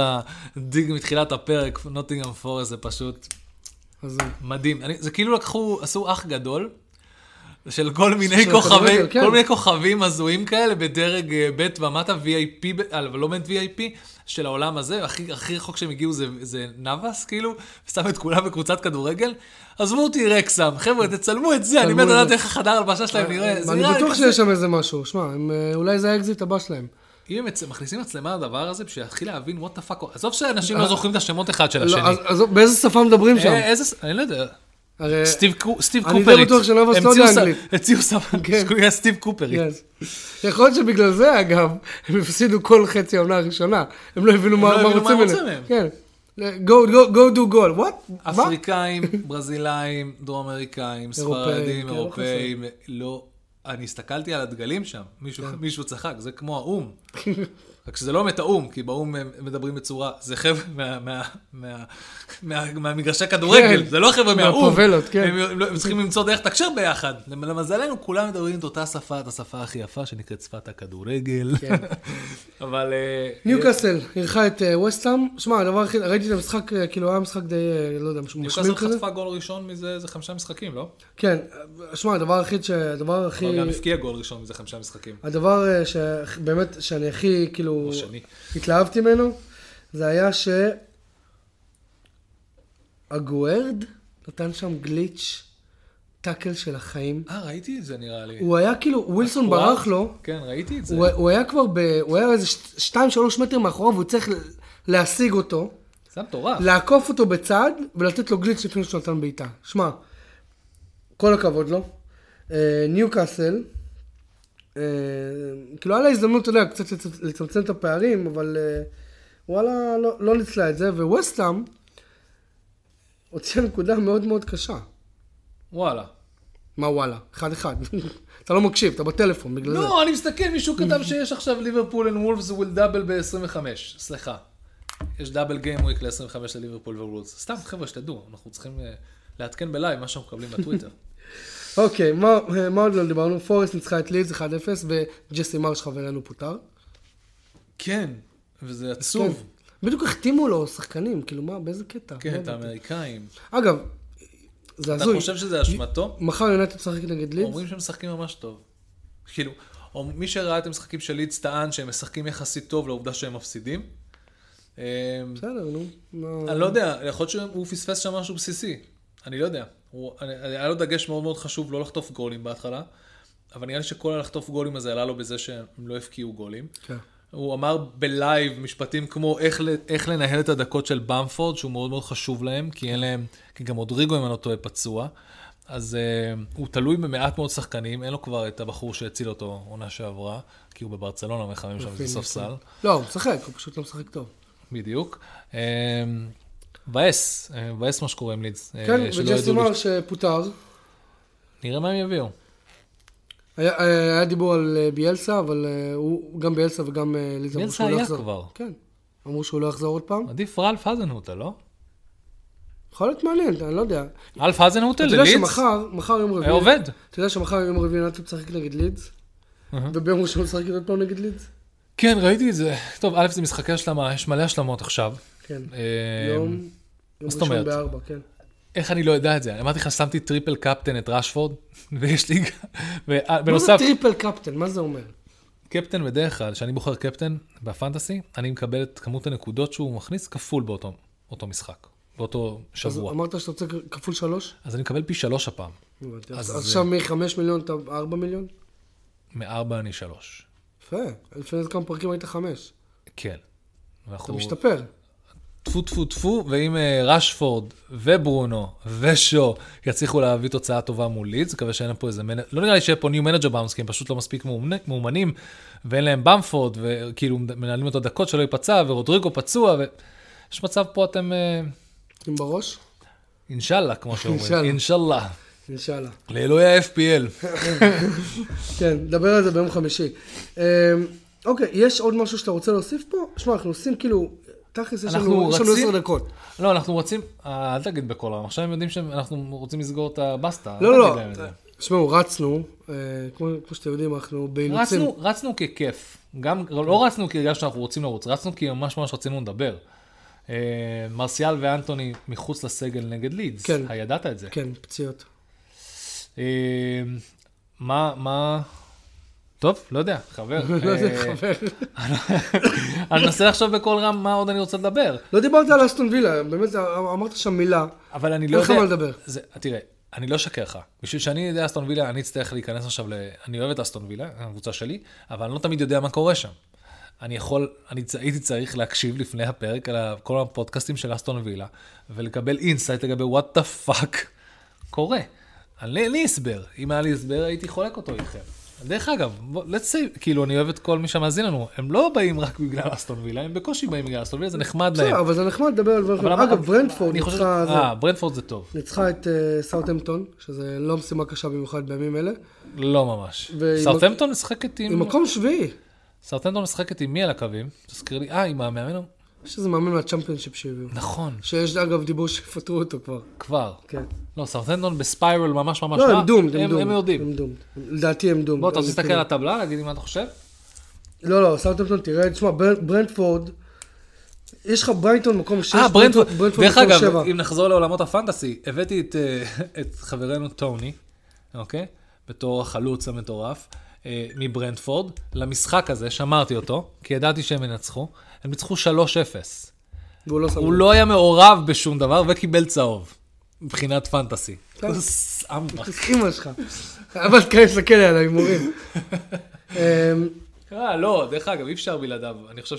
Speaker 2: לדיג מתחילת הפרק, נוטינגאם פורסט זה פשוט
Speaker 1: אז
Speaker 2: מדהים. אני, זה כאילו לקחו, עשו אח גדול. של כל מיני
Speaker 1: של
Speaker 2: כוכבים,
Speaker 1: הכדורגל, כן.
Speaker 2: כל מיני כוכבים הזויים כאלה בדרג אה, ב' ומטה VIP, ב- אה, אבל לא באמת VIP, של העולם הזה, הכי הכי רחוק שהם הגיעו זה- זה נאבס, כאילו, שם את כולם בקבוצת כדורגל. עזבו אותי רק שם, חבר'ה, תצלמו את זה, אני
Speaker 1: צלמו
Speaker 2: מת
Speaker 1: את
Speaker 2: לדעת
Speaker 1: זה. אה,
Speaker 2: איך החדר הלבשה שלהם נראה. אה, זה
Speaker 1: אני
Speaker 2: נראה לי
Speaker 1: בטוח
Speaker 2: כזה-
Speaker 1: שיש שם איזה משהו, שמע, הם, אה, אולי זה האקזיט הבא שלהם.
Speaker 2: אם הם מצ- מכניסים מצלמה לדבר הזה, בשביל להתחיל להבין, what the fuck, עזוב שאנשים לא זוכרים את השמות אחד של
Speaker 1: אה, לא,
Speaker 2: השני.
Speaker 1: אז- אז באיזה שפה מדברים שם?
Speaker 2: אה, איזה, ס- אני לא יודע.
Speaker 1: הרי...
Speaker 2: סטיב קו- סטיב
Speaker 1: אה, אני די
Speaker 2: קופריץ.
Speaker 1: בטוח שנובס לא
Speaker 2: המציאו
Speaker 1: יודע
Speaker 2: ס-
Speaker 1: אנגלית.
Speaker 2: המציאו סבבה,
Speaker 1: כן.
Speaker 2: שקוראים לה סטיב קופריץ.
Speaker 1: Yes. יכול להיות שבגלל זה, אגב, הם הפסידו כל חצי העונה הראשונה. הם לא הבינו מה
Speaker 2: לא
Speaker 1: מה
Speaker 2: הבינו מה
Speaker 1: רוצים
Speaker 2: רוצים
Speaker 1: מהם.
Speaker 2: מהם.
Speaker 1: כן. Go, go, go do goal. What? מה?
Speaker 2: אפריקאים, ברזילאים, דרום אמריקאים,
Speaker 1: אירופאים,
Speaker 2: ספרדים,
Speaker 1: כן, לא
Speaker 2: אירופאים, לא... אני הסתכלתי על הדגלים שם, מישהו-
Speaker 1: כן.
Speaker 2: מישהו צחק, זה כמו האו"ם. רק שזה לא באמת האו"ם, כי באו"ם הם מדברים בצורה, זה חבר'ה מה- מה- מה- מה- מהמגרשי כדורגל,
Speaker 1: כן.
Speaker 2: זה לא חבר'ה מהאו"ם.
Speaker 1: מהפובלות, כן.
Speaker 2: הם- הם לא- הם צריכים למצוא דרך לתקשר ביחד. למזלנו, כולם מדברים את אותה שפה, את השפה הכי יפה, שנקראת שפת הכדורגל.
Speaker 1: כן.
Speaker 2: אבל... אה,
Speaker 1: ניוקאסל אירחה את ווסטאם. שמע, הדבר הכי... ראיתי את המשחק, אה, כאילו היה משחק די, אה, לא יודע, משמים
Speaker 2: ניוקאסל
Speaker 1: כזה.
Speaker 2: חטפה גול ראשון מזה איזה חמישה משחקים, לא?
Speaker 1: כן. שמע, הדבר הכי... ש- הדבר הכי...
Speaker 2: אבל לא, גם הבקיע גול ראשון מזה חמישה משחקים.
Speaker 1: הדבר אה, שבאמת, שאני הכי, כאילו,
Speaker 2: או שני.
Speaker 1: התלהבתי ממנו, זה היה ש... הגוארד נתן שם גליץ' טאקל של החיים.
Speaker 2: אה, ראיתי את זה נראה לי.
Speaker 1: הוא היה כאילו, ווילסון
Speaker 2: וואו.
Speaker 1: ברח לו,
Speaker 2: כן, ראיתי את זה.
Speaker 1: הוא הוא היה כבר ב... הוא היה איזה 2-3 מטר מאחוריו, והוא צריך להשיג אותו,
Speaker 2: זה היה מטורף.
Speaker 1: לעקוף אותו בצד, ולתת לו גליץ' לפני שהוא נתן בעיטה. שמע, כל הכבוד לו. אה, ניוקאסל, אה, כאילו היה לה הזדמנות, אתה יודע, קצת לצ- לצמצם את הפערים, אבל אה, וואלה, לא- לא ניצלה את זה, וווסטהאם הוציאה נקודה מאוד מאוד קשה.
Speaker 2: וואלה.
Speaker 1: מה וואלה? אחד אחד. אתה לא מקשיב, אתה בטלפון, בגלל זה.
Speaker 2: לא, אני מסתכל, מישהו כתב שיש עכשיו ליברפול and וולפס will double ב-25. סליחה. יש דאבל גיים וויק ל-25 לליברפול ווולפס. סתם, חבר'ה, שתדעו, אנחנו צריכים אה, לעדכן בלייב מה שאנחנו מקבלים בטוויטר.
Speaker 1: כן. אוקיי, מה, מה עוד לא דיברנו? פורסט ניצחה את לידס 1-0, וג'סי מרש חברנו פוטר.
Speaker 2: כן, וזה עצוב.
Speaker 1: כן. בדיוק החתימו לו שחקנים, כאילו מה, באיזה קטע? לא
Speaker 2: כן, את
Speaker 1: הבנתי.
Speaker 2: האמריקאים.
Speaker 1: אגב, זה
Speaker 2: אתה
Speaker 1: הזוי.
Speaker 2: חושב שזה אשמתו?
Speaker 1: מחר יונתן משחק נגד לידס?
Speaker 2: אומרים שהם משחקים ממש טוב. כאילו, או מי שראה את המשחקים של לידס טען שהם משחקים יחסית טוב לעובדה שהם מפסידים. אה,
Speaker 1: בסדר, נו. מה-
Speaker 2: אני לא יודע, יכול להיות שהוא פספס שם משהו בסיסי. אני לא יודע. הוא, אני, היה לו דגש מאוד מאוד חשוב לא לחטוף גולים בהתחלה, אבל נראה לי שכל הלחטוף גולים הזה עלה לו בזה שהם לא הפקיעו גולים.
Speaker 1: כן.
Speaker 2: הוא אמר בלייב משפטים כמו איך, ל- איך לנהל את הדקות של במפורד, שהוא מאוד מאוד חשוב להם, כי אין להם, כי גם רודריגו, אם אני לא טועה, פצוע. אז uh, הוא תלוי במעט מאוד שחקנים, אין לו כבר את הבחור שהציל אותו עונה שעברה, כי הוא בברצלונה מחמם שם איזה
Speaker 1: יופי,
Speaker 2: ספסל.
Speaker 1: לא, הוא משחק, הוא פשוט לא משחק טוב.
Speaker 2: בדיוק. אה, מבאס, אה, מבאס מה שקורה עם לידס. אה,
Speaker 1: כן,
Speaker 2: שלא
Speaker 1: וג'סי
Speaker 2: ידעו
Speaker 1: מרש אה, פוטר.
Speaker 2: לפ- נראה מה הם יביאו.
Speaker 1: היה היה דיבור על אה, ביאלסה, אבל אה, הוא, גם ביאלסה וגם אה, לידס אמרו
Speaker 2: ביאלסה
Speaker 1: שהוא לא
Speaker 2: היה
Speaker 1: יחזור.
Speaker 2: כבר.
Speaker 1: כן. אמרו שהוא לא יחזור עוד פעם.
Speaker 2: עדיף רלף האזנהוטה, לא?
Speaker 1: יכול להיות מעניין, אני לא יודע.
Speaker 2: רלף האזנהוטה
Speaker 1: אתה יודע
Speaker 2: ללידס?
Speaker 1: שמחר, מחר יום
Speaker 2: אה,
Speaker 1: רביעי.
Speaker 2: עובד.
Speaker 1: אתה יודע שמחר יום רביעי נתן משחק נגד לידס? וביום ראשון משחק עוד פעם נגד לידס?
Speaker 2: כן, ראיתי את זה. טוב, א', זה משחקי השלמה, יש מלא השלמות עכשיו.
Speaker 1: כן.
Speaker 2: אה,
Speaker 1: יום, יום
Speaker 2: זאת
Speaker 1: ראשון
Speaker 2: אומרת?
Speaker 1: בארבע, כן.
Speaker 2: איך אני לא יודע את זה? אמרתי לך, שמתי טריפל קפטן את ראשפורד, ויש לי גם...
Speaker 1: מה זה
Speaker 2: ובנוסף,
Speaker 1: טריפל קפטן? מה זה אומר?
Speaker 2: קפטן בדרך כלל, כשאני בוחר קפטן בפנטסי, אני מקבל את כמות הנקודות שהוא מכניס כפול באותו אותו משחק, באותו
Speaker 1: אז
Speaker 2: שבוע.
Speaker 1: אמרת שאתה רוצה כפול שלוש? לא
Speaker 2: אז אני מקבל פי שלוש הפעם.
Speaker 1: הבנתי.
Speaker 2: אז
Speaker 1: אז
Speaker 2: זה-
Speaker 1: עכשיו מחמש מיליון אתה ארבע מיליון?
Speaker 2: מארבע אני שלוש.
Speaker 1: יפה. לפני איזה כמה פרקים היית חמש.
Speaker 2: כן.
Speaker 1: אתה
Speaker 2: אנחנו
Speaker 1: משתפר.
Speaker 2: טפו טפו טפו, ואם אה, רשפורד וברונו ושו יצליחו להביא תוצאה טובה מול לידס, מקווה שאין להם פה איזה מנג'ר, לא נראה לי שיהיה פה ניו מנג'ר באונס, כי הם פשוט לא מספיק מאומנ- מאומנים, ואין להם במפורד, וכאילו מנהלים אותו דקות שלא ייפצע, ורודריגו פצוע, ויש מצב פה אתם... אה,
Speaker 1: עם בראש?
Speaker 2: אינשאללה, כמו שאומרים.
Speaker 1: אינשאללה.
Speaker 2: אינשאללה.
Speaker 1: אינשאללה.
Speaker 2: לאלוהי ה-FPL.
Speaker 1: כן, נדבר על זה ביום חמישי. אה, אוקיי, יש עוד משהו שאתה רוצה להוסיף פה? שמע, אנחנו עושים כאילו, תכלס יש לנו
Speaker 2: אנחנו
Speaker 1: יש לנו
Speaker 2: רצים-
Speaker 1: עשר דקות.
Speaker 2: לא, אנחנו רוצים, אה, אל תגיד בקול רם, עכשיו הם יודעים שאנחנו רוצים לסגור את הבסטה.
Speaker 1: לא,
Speaker 2: אל
Speaker 1: לא,
Speaker 2: תגיד להם את זה.
Speaker 1: תשמעו, רצנו, אה, כמו כמו שאתם יודעים, אנחנו באילוצים.
Speaker 2: רצנו, רצנו ככיף. גם, לא רצנו כי הרגשנו שאנחנו רוצים לרוץ, רצנו כי ממש ממש רצינו לדבר. אה, מרסיאל ואנטוני מחוץ לסגל נגד לידס.
Speaker 1: כן.
Speaker 2: הידעת את זה.
Speaker 1: כן, פציעות.
Speaker 2: אה, מה, מה... טוב, לא יודע, חבר.
Speaker 1: לא יודע,
Speaker 2: אה,
Speaker 1: חבר.
Speaker 2: אני מנסה לחשוב בקול רם מה עוד אני רוצה לדבר.
Speaker 1: לא דיברת על אסטון וילה, באמת אמרת שם מילה.
Speaker 2: אבל אני
Speaker 1: אין
Speaker 2: לא
Speaker 1: לך
Speaker 2: יודע...
Speaker 1: מה לדבר.
Speaker 2: זה, תראה, אני לא אשקר לך. בשביל שאני יודע אסטון וילה, אני אצטרך להיכנס עכשיו ל... אני אוהב את אסטון וילה, הקבוצה שלי, אבל אני לא תמיד יודע מה קורה שם. אני יכול, אני צ- הייתי צריך להקשיב לפני הפרק על ה- כל הפודקאסטים של אסטון וילה, ולקבל אינסייט לגבי what the fuck קורה. אני- אין לי הסבר. אם היה לי הסבר, הייתי חולק אותו איתכם. דרך אגב, בוא- let's say, כאילו, אני אוהב את כל מי שמאזין לנו. הם לא באים רק בגלל אסטון וילה, הם בקושי באים בגלל אסטון וילה, זה נחמד להם.
Speaker 1: בסדר, אבל זה נחמד לדבר על דברים.
Speaker 2: אבל-
Speaker 1: לא, אגב, ברנדפורד
Speaker 2: אני חושב-
Speaker 1: ניצחה... זה.
Speaker 2: אה, ברנדפורד זה טוב.
Speaker 1: ניצחה את סאוטהמפטון, שזה לא משימה קשה במיוחד בימים אלה.
Speaker 2: לא ממש.
Speaker 1: ועם-
Speaker 2: סרטמפטון משחקת
Speaker 1: היא
Speaker 2: עם...
Speaker 1: מקום שביעי.
Speaker 2: סרטמפטון משחקת עם מי על הקווים? תזכיר לי. אה, עם המאמן?
Speaker 1: יש איזה מאמן מהצ'מפיונשיפ שהביאו.
Speaker 2: נכון,
Speaker 1: שיש אגב דיבור שיפטרו אותו כבר.
Speaker 2: כבר.
Speaker 1: כן.
Speaker 2: לא, סרטמפטון בספיירל ממש ממש
Speaker 1: לא,
Speaker 2: רע.
Speaker 1: הם דומד, הם דומד.
Speaker 2: הם יודעים.
Speaker 1: הם דומד. לדעתי הם דומד.
Speaker 2: בוא, אתה
Speaker 1: הם
Speaker 2: רוצה להסתכל
Speaker 1: כאילו-
Speaker 2: על הטבלה, להגיד לי מה אתה חושב?
Speaker 1: לא, לא, סאוטהמפטון, תראה, תשמע, בר- ברנדפורד, יש לך ברייטון מקום 6,
Speaker 2: אה, ברנדפורד. דרך
Speaker 1: מקום
Speaker 2: אגב,
Speaker 1: שבע.
Speaker 2: אם נחזור לעולמות הפנטסי, הבאתי את, אה, את חברנו טוני, אוקיי? בתור החלוץ המטורף, אה, מברנדפורד, למשחק הזה, שמרתי אותו, כי ידעתי שהם ינצחו. הם ניצחו 3-0.
Speaker 1: והוא לא שם.
Speaker 2: הוא לא היה מעורב בשום דבר וקיבל צהוב, מבחינת פנטסי.
Speaker 1: כן.
Speaker 2: סמבך.
Speaker 1: אז אימא שלך. אבל תיכנס לכלא על ההימורים. אמ,
Speaker 2: אה, לא, דרך אגב, אי אפשר בלעדיו. אני חושב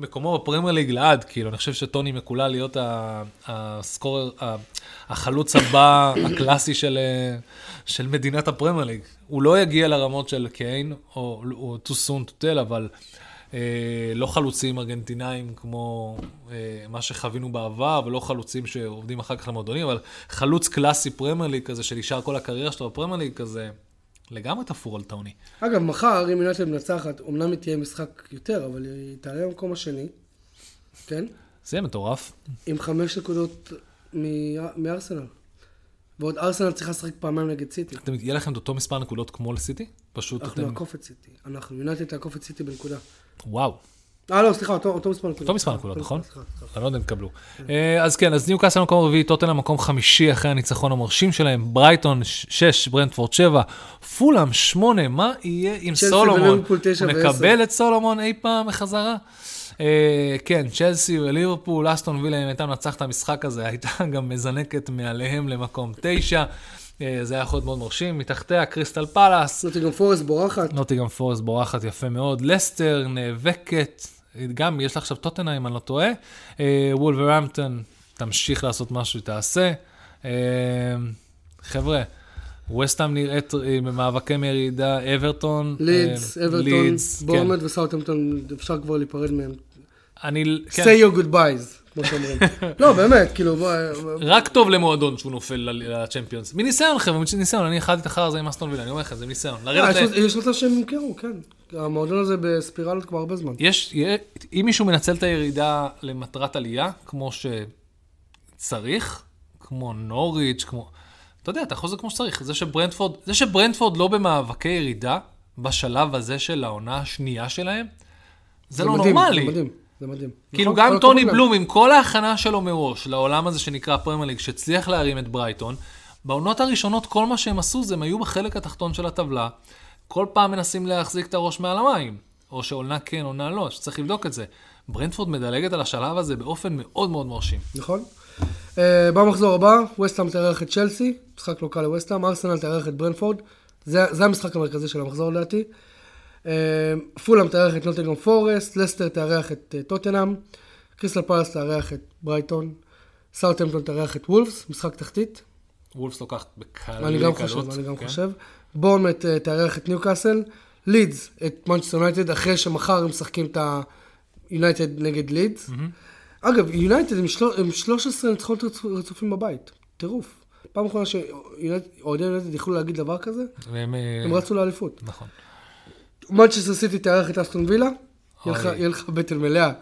Speaker 2: שמקומו אה, בפרמייר ליג לעד, כאילו, אני חושב שטוני מקולה להיות ה- הסקורר, ה- החלוץ הבא הקלאסי של, אה, של מדינת הפרמייר ליג. הוא לא יגיע לרמות של קיין, או או too soon to tell, אבל אה, לא חלוצים ארגנטינאים כמו אה, מה שחווינו בעבר, ולא חלוצים שעובדים אחר כך למועדונים, אבל חלוץ קלאסי פרמייר ליג כזה, שנשאר כל הקריירה שלו בפרמייר ליג כזה, לגמרי תפור על טוני.
Speaker 1: אגב, מחר, אם יונתן מנצחת, אמנם היא תהיה משחק יותר, אבל היא תעלה למקום השני, כן?
Speaker 2: זה מטורף.
Speaker 1: עם חמש נקודות מ- מארסנל. ועוד ארסנל צריכה לשחק פעמיים נגד סיטי.
Speaker 2: אתם, יהיה לכם את אותו מספר נקודות כמו לסיטי? פשוט
Speaker 1: אנחנו
Speaker 2: אתם...
Speaker 1: נעקוף את סיטי. אנחנו, יונתן תעקוף את סיטי בנקודה.
Speaker 2: וואו.
Speaker 1: אה, לא, סליחה, אותו אותו מספר נקודות.
Speaker 2: אותו מספר נקודות, נכון?
Speaker 1: סליחה, סליחה.
Speaker 2: אני לא יודע אם תקבלו. אה, אז כן, אז ניוקאסל מקום רביעי, טוטנאם מקום חמישי אחרי הניצחון המרשים שלהם, ברייטון 6, ברנדפורד 7, פולאם 8, מה יהיה עם
Speaker 1: צ'לסי
Speaker 2: סולומון?
Speaker 1: וליברפול תשע
Speaker 2: הוא
Speaker 1: ועשר.
Speaker 2: נקבל את סולומון אי פעם בחזרה? אה, כן, צ'לסי וליברפול, אסטון וילה, אם הייתה מנצחת את המשחק הזה, הייתה גם מזנקת מעליהם למקום 9. זה היה יכול להיות מאוד מרשים. מתחתיה, קריסטל פלאס,
Speaker 1: נוטיגרם פורסט בורחת.
Speaker 2: נוטיגם פורסט בורחת יפה מאוד, לסטר נאבקת, גם יש לה עכשיו טוטנאם, אני לא טועה, אה, וולברהמפטון תמשיך לעשות מה שהיא תעשה. אה, חבר'ה, וסטאם נראית אה, במאבקי מרידה, אברטון, אה,
Speaker 1: לידס, אברטון,
Speaker 2: לידס, כן.
Speaker 1: בורמד וסאוטהמפטון, אפשר כבר להיפרד מהם.
Speaker 2: אני, כן,
Speaker 1: say your goodbyes, כמו שאומרים. לא, באמת, כאילו, בוא,
Speaker 2: רק טוב למועדון שהוא נופל ל- לצ'מפיונס. מניסיון, חבר'ה, מניסיון, אני אכלתי את החרא הזה עם אסטון וילה, אני אומר לכם, זה מניסיון.
Speaker 1: אה,
Speaker 2: לרדת
Speaker 1: יש-
Speaker 2: ל-
Speaker 1: יש מצב שהם ימכרו, כן. המועדון הזה בספירלות כבר הרבה זמן.
Speaker 2: יש, יה- אם מישהו מנצל את הירידה למטרת עלייה, כמו שצריך, כמו נוריץ', כמו... אתה יודע, אתה יכול לעשות את זה כמו שצריך. זה שברנדפורד, זה שברנדפורד לא במאבקי ירידה, בשלב הזה של העונה השנייה שלהם, זה לא
Speaker 1: מדהים,
Speaker 2: נורמלי.
Speaker 1: זה מדהים, זה מדהים.
Speaker 2: כאילו
Speaker 1: נכון, כל
Speaker 2: גם
Speaker 1: הכבוד
Speaker 2: טוני
Speaker 1: להם.
Speaker 2: בלום, עם כל ההכנה שלו מראש לעולם הזה שנקרא פרמייר ליג, שהצליח להרים את ברייטון, בעונות הראשונות כל מה שהם עשו זה הם היו בחלק התחתון של הטבלה, כל פעם מנסים להחזיק את הראש מעל המים, או שעונה כן, עונה לא, שצריך לבדוק את זה. ברנדפורד מדלגת על השלב הזה באופן מאוד מאוד מרשים.
Speaker 1: נכון. אה, במחזור הבא, וסטהאם תארח את צ'לסי, משחק לא קל לווסטהאם, ארסנל תארח את ברנפורד, זה זה המשחק המרכזי של המחזור לדעתי. אה, פולאם תארח את נוטגרם פורסט, לסטר תארח את אה, טוטנאם, קריסטל פלס תארח את ברייטון, סאוטהמפטון תארח את וולפס, משחק תחתית,
Speaker 2: וולפס לוקחת בקלות. כן.
Speaker 1: אני גם חושב, אני גם חושב. בורנמט אה, תארח את ניוקאסל, לידס את מנצ'סטר יונייטד, אחרי שמחר הם משחקים את היונייטד נגד לידס. אגב, יונייטד הם שלו- הם 13 ניצחונות רצופ- רצופים בבית, טירוף. פעם אחרונה שאוהדי יונתן יכלו להגיד דבר כזה,
Speaker 2: והם... אה,
Speaker 1: הם רצו לאליפות.
Speaker 2: נכון.
Speaker 1: מנצ'סטר סיטי תארח את אסטון וילה, יהיה לך-
Speaker 2: אוי.
Speaker 1: יהיה לך בטן מלאה.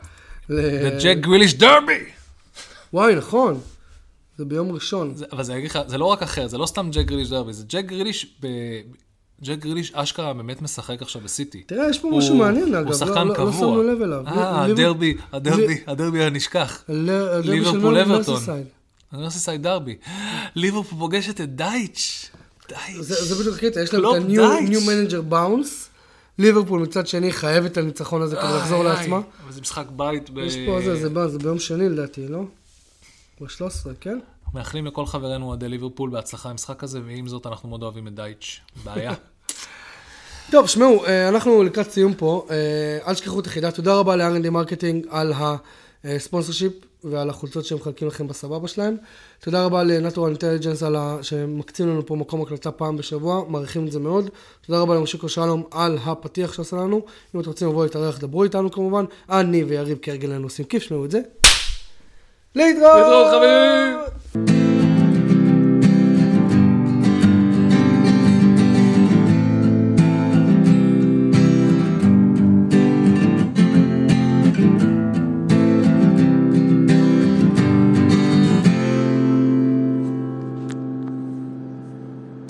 Speaker 1: ל-
Speaker 2: וג'ק גריליש דרבי!
Speaker 1: וואי, נכון. זה ביום ראשון.
Speaker 2: זה- אבל זה אני אגיד לך, זה לא רק אחר, זה לא סתם ג'ק גריליש דרבי, זה ג'ק גריליש ב... ג'ק גריליש אשכרה באמת משחק עכשיו בסיטי.
Speaker 1: תראה, יש פה משהו מעניין, אגב.
Speaker 2: הוא
Speaker 1: לא-
Speaker 2: שחקן
Speaker 1: לא-
Speaker 2: קבוע.
Speaker 1: לא שמנו לב אליו.
Speaker 2: אה,
Speaker 1: ליב-
Speaker 2: הדרבי, הדרבי, הדרבי הנשכח.
Speaker 1: ל- הדרבי של
Speaker 2: ליברפול
Speaker 1: מר-
Speaker 2: אברטון.
Speaker 1: מרסיסייד.
Speaker 2: הנרסיסייד דרבי. ליברפול פוגשת את דייץ'. דייץ'.
Speaker 1: זה זה בדיוק הקטע, יש להם
Speaker 2: קלופ
Speaker 1: את ה-new
Speaker 2: דייץ'.
Speaker 1: new manager bounce. ליברפול מצד שני חייב את הניצחון הזה כדי לחזור
Speaker 2: איי,
Speaker 1: לעצמה.
Speaker 2: איי, אבל זה משחק בית ב...
Speaker 1: יש פה זה, זה בא, זה ביום שני לדעתי, לא? ב-13, כן?
Speaker 2: מאחלים לכל חברינו אוהדי ליברפול בהצלחה במשחק הזה, ועם זאת אנחנו מאוד אוהבים את דייץ'. בעיה.
Speaker 1: אה! טוב, שמעו, אה, אנחנו לקראת סיום פה. אה, אל תשכחו את החידה. תודה רבה ל-R&D מרקטינג על הספונסר שיפ ועל החולצות שהם מחלקים לכם בסבבה שלהם. תודה רבה לנטורל אינטליג'נס על ה... שמקצים לנו פה מקום הקלטה פעם בשבוע, מעריכים את זה מאוד. תודה רבה למושיקו שלום על הפתיח שעשה לנו. אם אתם רוצים לבוא להתארח, דברו איתנו כמובן. אני ויריב כהרגלנו עושים כיף, שמעו את זה. להתראות!
Speaker 2: להתראות, חברים!